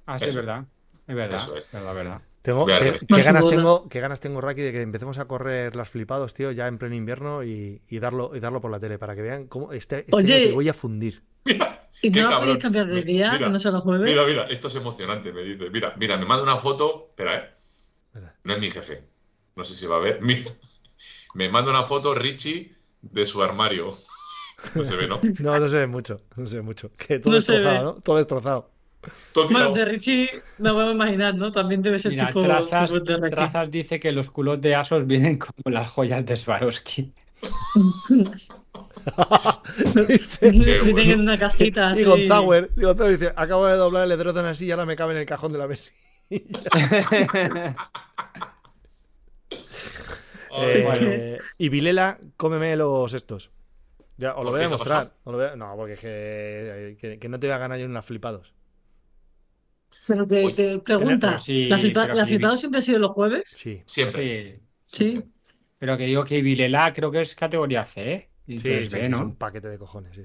Ah, sí, es Eso. verdad. Es verdad, Eso es. verdad, verdad. Tengo, Voy a qué, repetir. qué Más ganas bola. tengo, qué ganas tengo, Raki, de que empecemos a correr las flipados, tío, ya en pleno invierno y, y darlo, y darlo por la tele para que vean cómo este, este Oye. año te voy a fundir. ¿Y Qué no la cabrón. podéis cambiar de Mi- día, mira, que no se los jueves? Mira, mira, esto es emocionante, me dice. Mira, mira, me manda una foto. Espera, eh. Espera. No es mi jefe. No sé si va a ver. Mira. Me manda una foto Richie de su armario. No se ve, ¿no? No, no se ve mucho, no se ve mucho. Que todo No se destrozado, ve. ¿no? Todo destrozado. Todo Bueno, tirado. de Richie me voy a imaginar, ¿no? También debe ser Mira, tipo, Trazas, tipo de Richie. Trazas dice que los culots de Asos vienen como las joyas de Swarovski. Dice- Qué Vienen bueno. en una casita así. y Gonzauer, y Gonzauer dice, acabo de doblar el edredón así y ahora me cabe en el cajón de la mesa. Ay, Eh, bueno. Y Vilela, cómeme los estos. Ya, os lo ¿Por qué? voy a ¿Qué ha mostrar. pasado? os lo voy a- No, porque es que, que, que no te voy a ganar yo en las flipados. Pero te, Oye, te pregunta, pero sí, ¿la, flipa- pero la sí. flipada siempre ha sido los jueves? Sí. Siempre. Sí, Sí. pero que digo que Vilela creo que es categoría C. ¿eh? Y Sí, tú eres sí, B, sí, es Pues ¿no? un paquete de cojones, sí.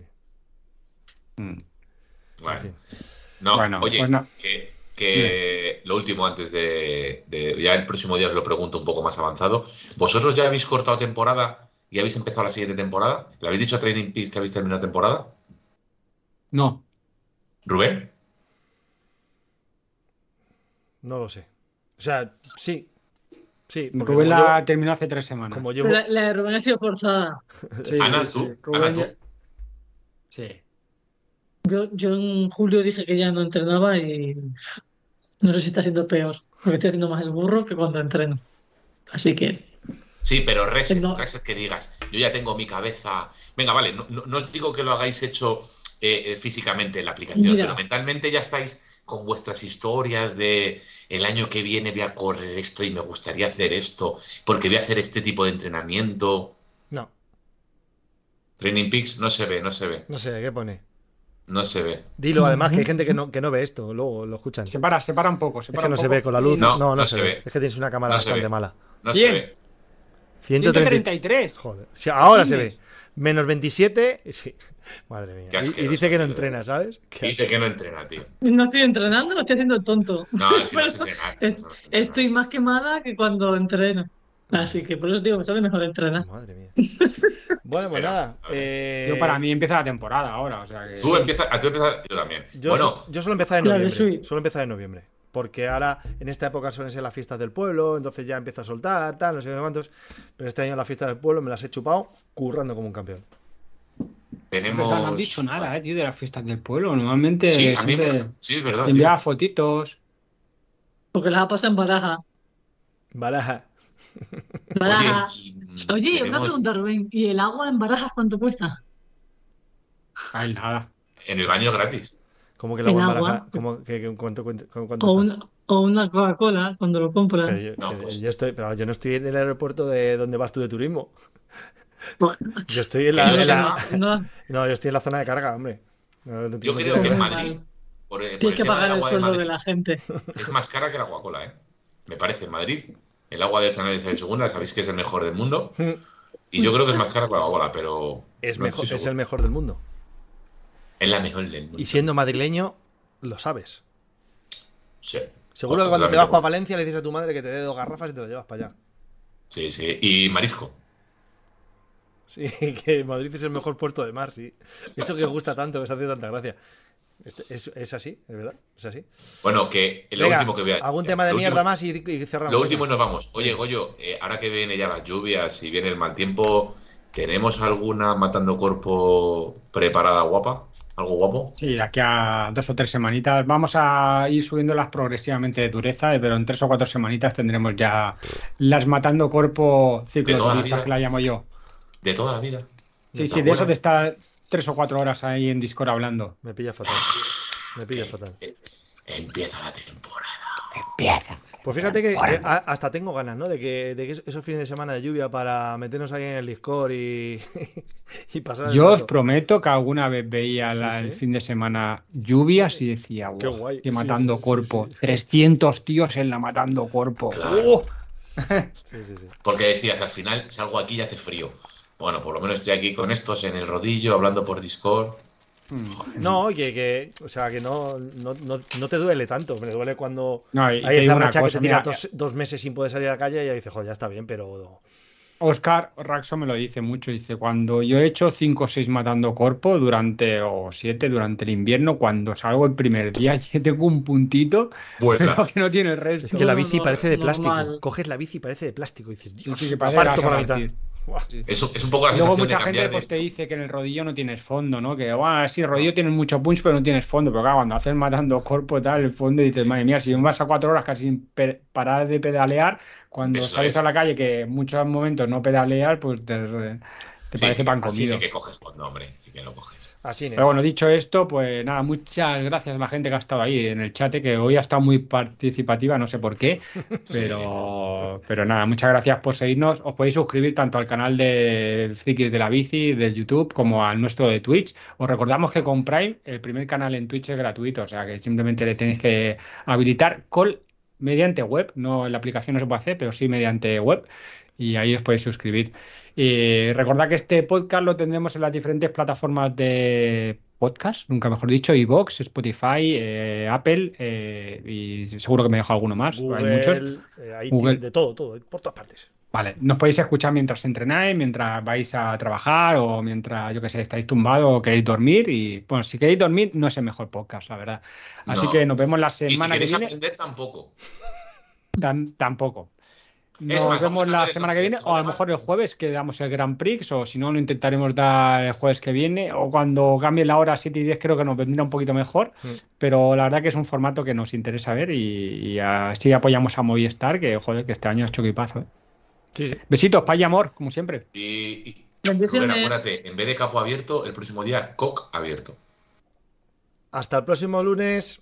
Mm. Vale. En fin. No, Bueno, oye, pues no. que, que lo último antes de, de- Ya el próximo día os lo pregunto un poco más avanzado. ¿Vosotros ya habéis cortado temporada y habéis empezado la siguiente temporada? ¿Le habéis dicho a Training Peaks que habéis terminado temporada? No, ¿Rubén? No lo sé. O sea, sí. Sí, porque Rubén como la yo- terminó hace tres semanas. como yo, La, la de Rubén ha sido forzada. Sí, Ana, sí, tú, sí. Ana, Rubén tú. ya- Sí. Yo, yo en julio dije que ya no entrenaba y no sé si está siendo peor, porque estoy haciendo más el burro que cuando entreno. Así que Sí, pero reset, No. reset que digas, yo ya tengo mi cabeza. Venga, vale, no, no- no os digo que lo hagáis hecho eh, eh, físicamente en la aplicación, Mira. pero mentalmente ya estáis con vuestras historias de el año que viene voy a correr esto y me gustaría hacer esto, porque voy a hacer este tipo de entrenamiento. No, Training Peaks no se ve, no se ve, no sé, ¿qué pone? no se ve. Dilo, además, que hay gente que no, que no ve esto, luego lo escuchan. Es Separa, separa un poco. Separa que no un se poco. ve con la luz. Y no. No, no, se, ve. Es que tienes una cámara No se bastante ve. mala. No Bien. se ve. 130. 133. Joder, si ahora se ve. Menos 27. Sí, madre mía. Qué Y- Y, asqueroso, dice que no tío. entrena, ¿sabes? Qué Dice que no entrena, tío. no estoy entrenando, me estoy haciendo el tonto. No, si no se Pero entrena. es- no se entrena. Estoy más quemada que cuando entreno. Así que por eso digo que sale mejor entrenar. asco. Madre mía. Bueno, pues Espera, nada. a ver. eh, Yo para mí empieza la temporada ahora, o sea que... Tú empiezas, a tú empiezas, yo también. Yo, bueno, su- yo suelo empezar en Claro, noviembre. sí. Suelo empezar en noviembre. Porque ahora, en esta época suelen ser las fiestas del pueblo, entonces ya empiezo a soltar, tal, no sé qué cuántos. Pero este año las fiestas del pueblo me las he chupado currando como un campeón. Es verdad, no han tenemos. dicho nada, eh, tío, de las fiestas del pueblo. Normalmente Sí, a mí me- siempre sí, es verdad. tío. enviaba fotitos. Porque las ha pasado en baraja. Baraja. Baraja. y, Oye, una mm, tenemos pregunta, Rubén. ¿Y el agua en barajas cuánto cuesta? Ay, nada. En el baño es gratis. Como que El la agua en agua. baraja. Como que, que- cuánto, cuánto, cuánto O está? una, o una Coca-Cola cuando lo compras. Pero yo, No, que- pues- yo estoy, pero yo no estoy en el aeropuerto de donde vas tú de turismo. Bueno, Yo estoy en la, Yo en sé, la- no, no, no, yo estoy en la zona de carga, hombre. No, no Yo tengo creo que en Normal. Madrid, por, eh, por tienes que tema del pagar el agua de sueldo de Madrid, la gente. es más cara que la Coca-Cola, ¿eh? Me parece, en Madrid. El agua del canal de Isabel Segunda, sabéis que es el mejor del mundo. Y yo creo que es más cara que la Coca-Cola, pero. es no mejor, estoy es el seguro. mejor del mundo. Es la mejor del mundo. Y siendo madrileño, lo sabes. Sí. Ah, Seguro que cuando te vas para Totalmente. Valencia le dices a tu madre que te dé dos garrafas y te lo llevas para allá. Sí, sí. Y marisco. Sí, que Madrid es el mejor puerto de mar, sí. Eso que gusta tanto, que se hace tanta gracia. Este- Es, es así, es verdad, es así. Bueno, que lo Venga, último que veáis. algún tema de Lo mierda último- más y, y cerramos. Lo último y venga. nos vamos. Oye, Goyo, eh, ahora que viene ya las lluvias y viene el mal tiempo, ¿tenemos alguna matando cuerpo preparada guapa? ¿Algo guapo? Sí, de aquí a dos o tres semanitas. Vamos a ir subiéndolas progresivamente de dureza, eh, pero en tres o cuatro semanitas tendremos ya las matando cuerpo De toda la cicloturistas, vida. que la llamo yo. De toda la vida. Sí, Está sí, de eso buena. de estar tres o cuatro horas ahí en Discord hablando. Me pilla fatal. Me pilla fatal. Eh, Empieza la temporada. Empieza. Pues fíjate que eh, a- hasta tengo ganas, ¿no? De que, de que es- esos fines de semana de lluvia para meternos ahí en el licor y, y pasar. el Yo os rato. prometo que alguna vez veía la- Sí, el sí. fin de semana lluvias y decía, Qué "Buah, guay". que Sí, matando sí, sí, cuerpo. sí. 300 tíos en la matando cuerpo. Claro. ¡Oh! Sí, sí, sí. Porque decías, al final salgo aquí y hace frío. Bueno, por lo menos estoy aquí con estos en el rodillo, hablando por Discord. No, que, que, o sea, que no, no, no, no te duele tanto. Me duele cuando No, y te hay esa digo una racha cosa, que te tira mira, dos, dos meses sin poder salir a la calle y ya dices, joder, ya está bien, pero. Oscar Raxo me lo dice mucho, dice, cuando yo he hecho 5 o 6 matando cuerpo durante, o 7 durante el invierno, cuando salgo el primer día, yo tengo un puntito Buenas. que no tiene el resto. Es que la Todo bici lo- parece de plástico. normal. Coges la bici y parece de plástico y dices, Dios, Sí, sí, la parece que parto vas a por la mitad. partir. Eso es un poco la Luego sensación mucha de gente cambiar pues, te de... Ah. dice que en el rodillo no tienes fondo, ¿no? Que "Buah, sí, el rodillo tienes mucho punch, pero no tienes fondo. Pero claro, cuando haces matando cuerpo tal, el fondo dices, madre mía, si vas a cuatro horas casi sin pe- parar de pedalear, cuando Eso sales es. a la calle, que en muchos momentos no pedalear, pues te, re- te Sí, parece sí, pan así comido. Sí que coges fondo, hombre. Sí que lo coges. Así es. Pero bueno, dicho esto, pues nada, muchas gracias a la gente que ha estado ahí en el chat, eh, que hoy ha estado muy participativa, no sé por qué, pero, pero nada, muchas gracias por seguirnos. Os podéis suscribir tanto al canal de Frikis de la Bici, del YouTube, como al nuestro de Twitch. Os recordamos que con Prime el primer canal en Twitch es gratuito, o sea que simplemente le tenéis que habilitar call mediante web, no en la aplicación no se puede hacer, pero sí mediante web y ahí os podéis suscribir. Y recordad que este podcast lo tendremos en las diferentes plataformas de podcast, nunca mejor dicho, iVoox, Spotify, eh, Apple eh, y seguro que me dejo alguno más, hay muchos. Google, eh, ahí Google. tiene de todo, todo, por todas partes. Vale, nos podéis escuchar mientras entrenáis, mientras vais a trabajar o mientras, yo que sé, estáis tumbados o queréis dormir. Y bueno, si queréis dormir, no es el mejor podcast, la verdad. Así No. que nos vemos la Y si semana que queréis viene. aprender, tampoco. Tan- tampoco. Es Nos más, vemos vamos a la hacer semana que entonces, viene, o a lo ¿vale? mejor el jueves que damos el Grand Prix, o si no, lo intentaremos dar el jueves que viene, o cuando cambie la hora 7 y 10, creo que nos vendrá un poquito mejor. Mm. Pero la verdad que es un formato que nos interesa ver y, y así apoyamos a Movistar, que joder, que este año es choquipazo. ¿eh? Sí, sí. Besitos, paz y amor, como siempre. Y, y- Bendiciones. Rubén, acuérdate, en vez de capo abierto, el próximo día, coc abierto. Hasta el próximo lunes.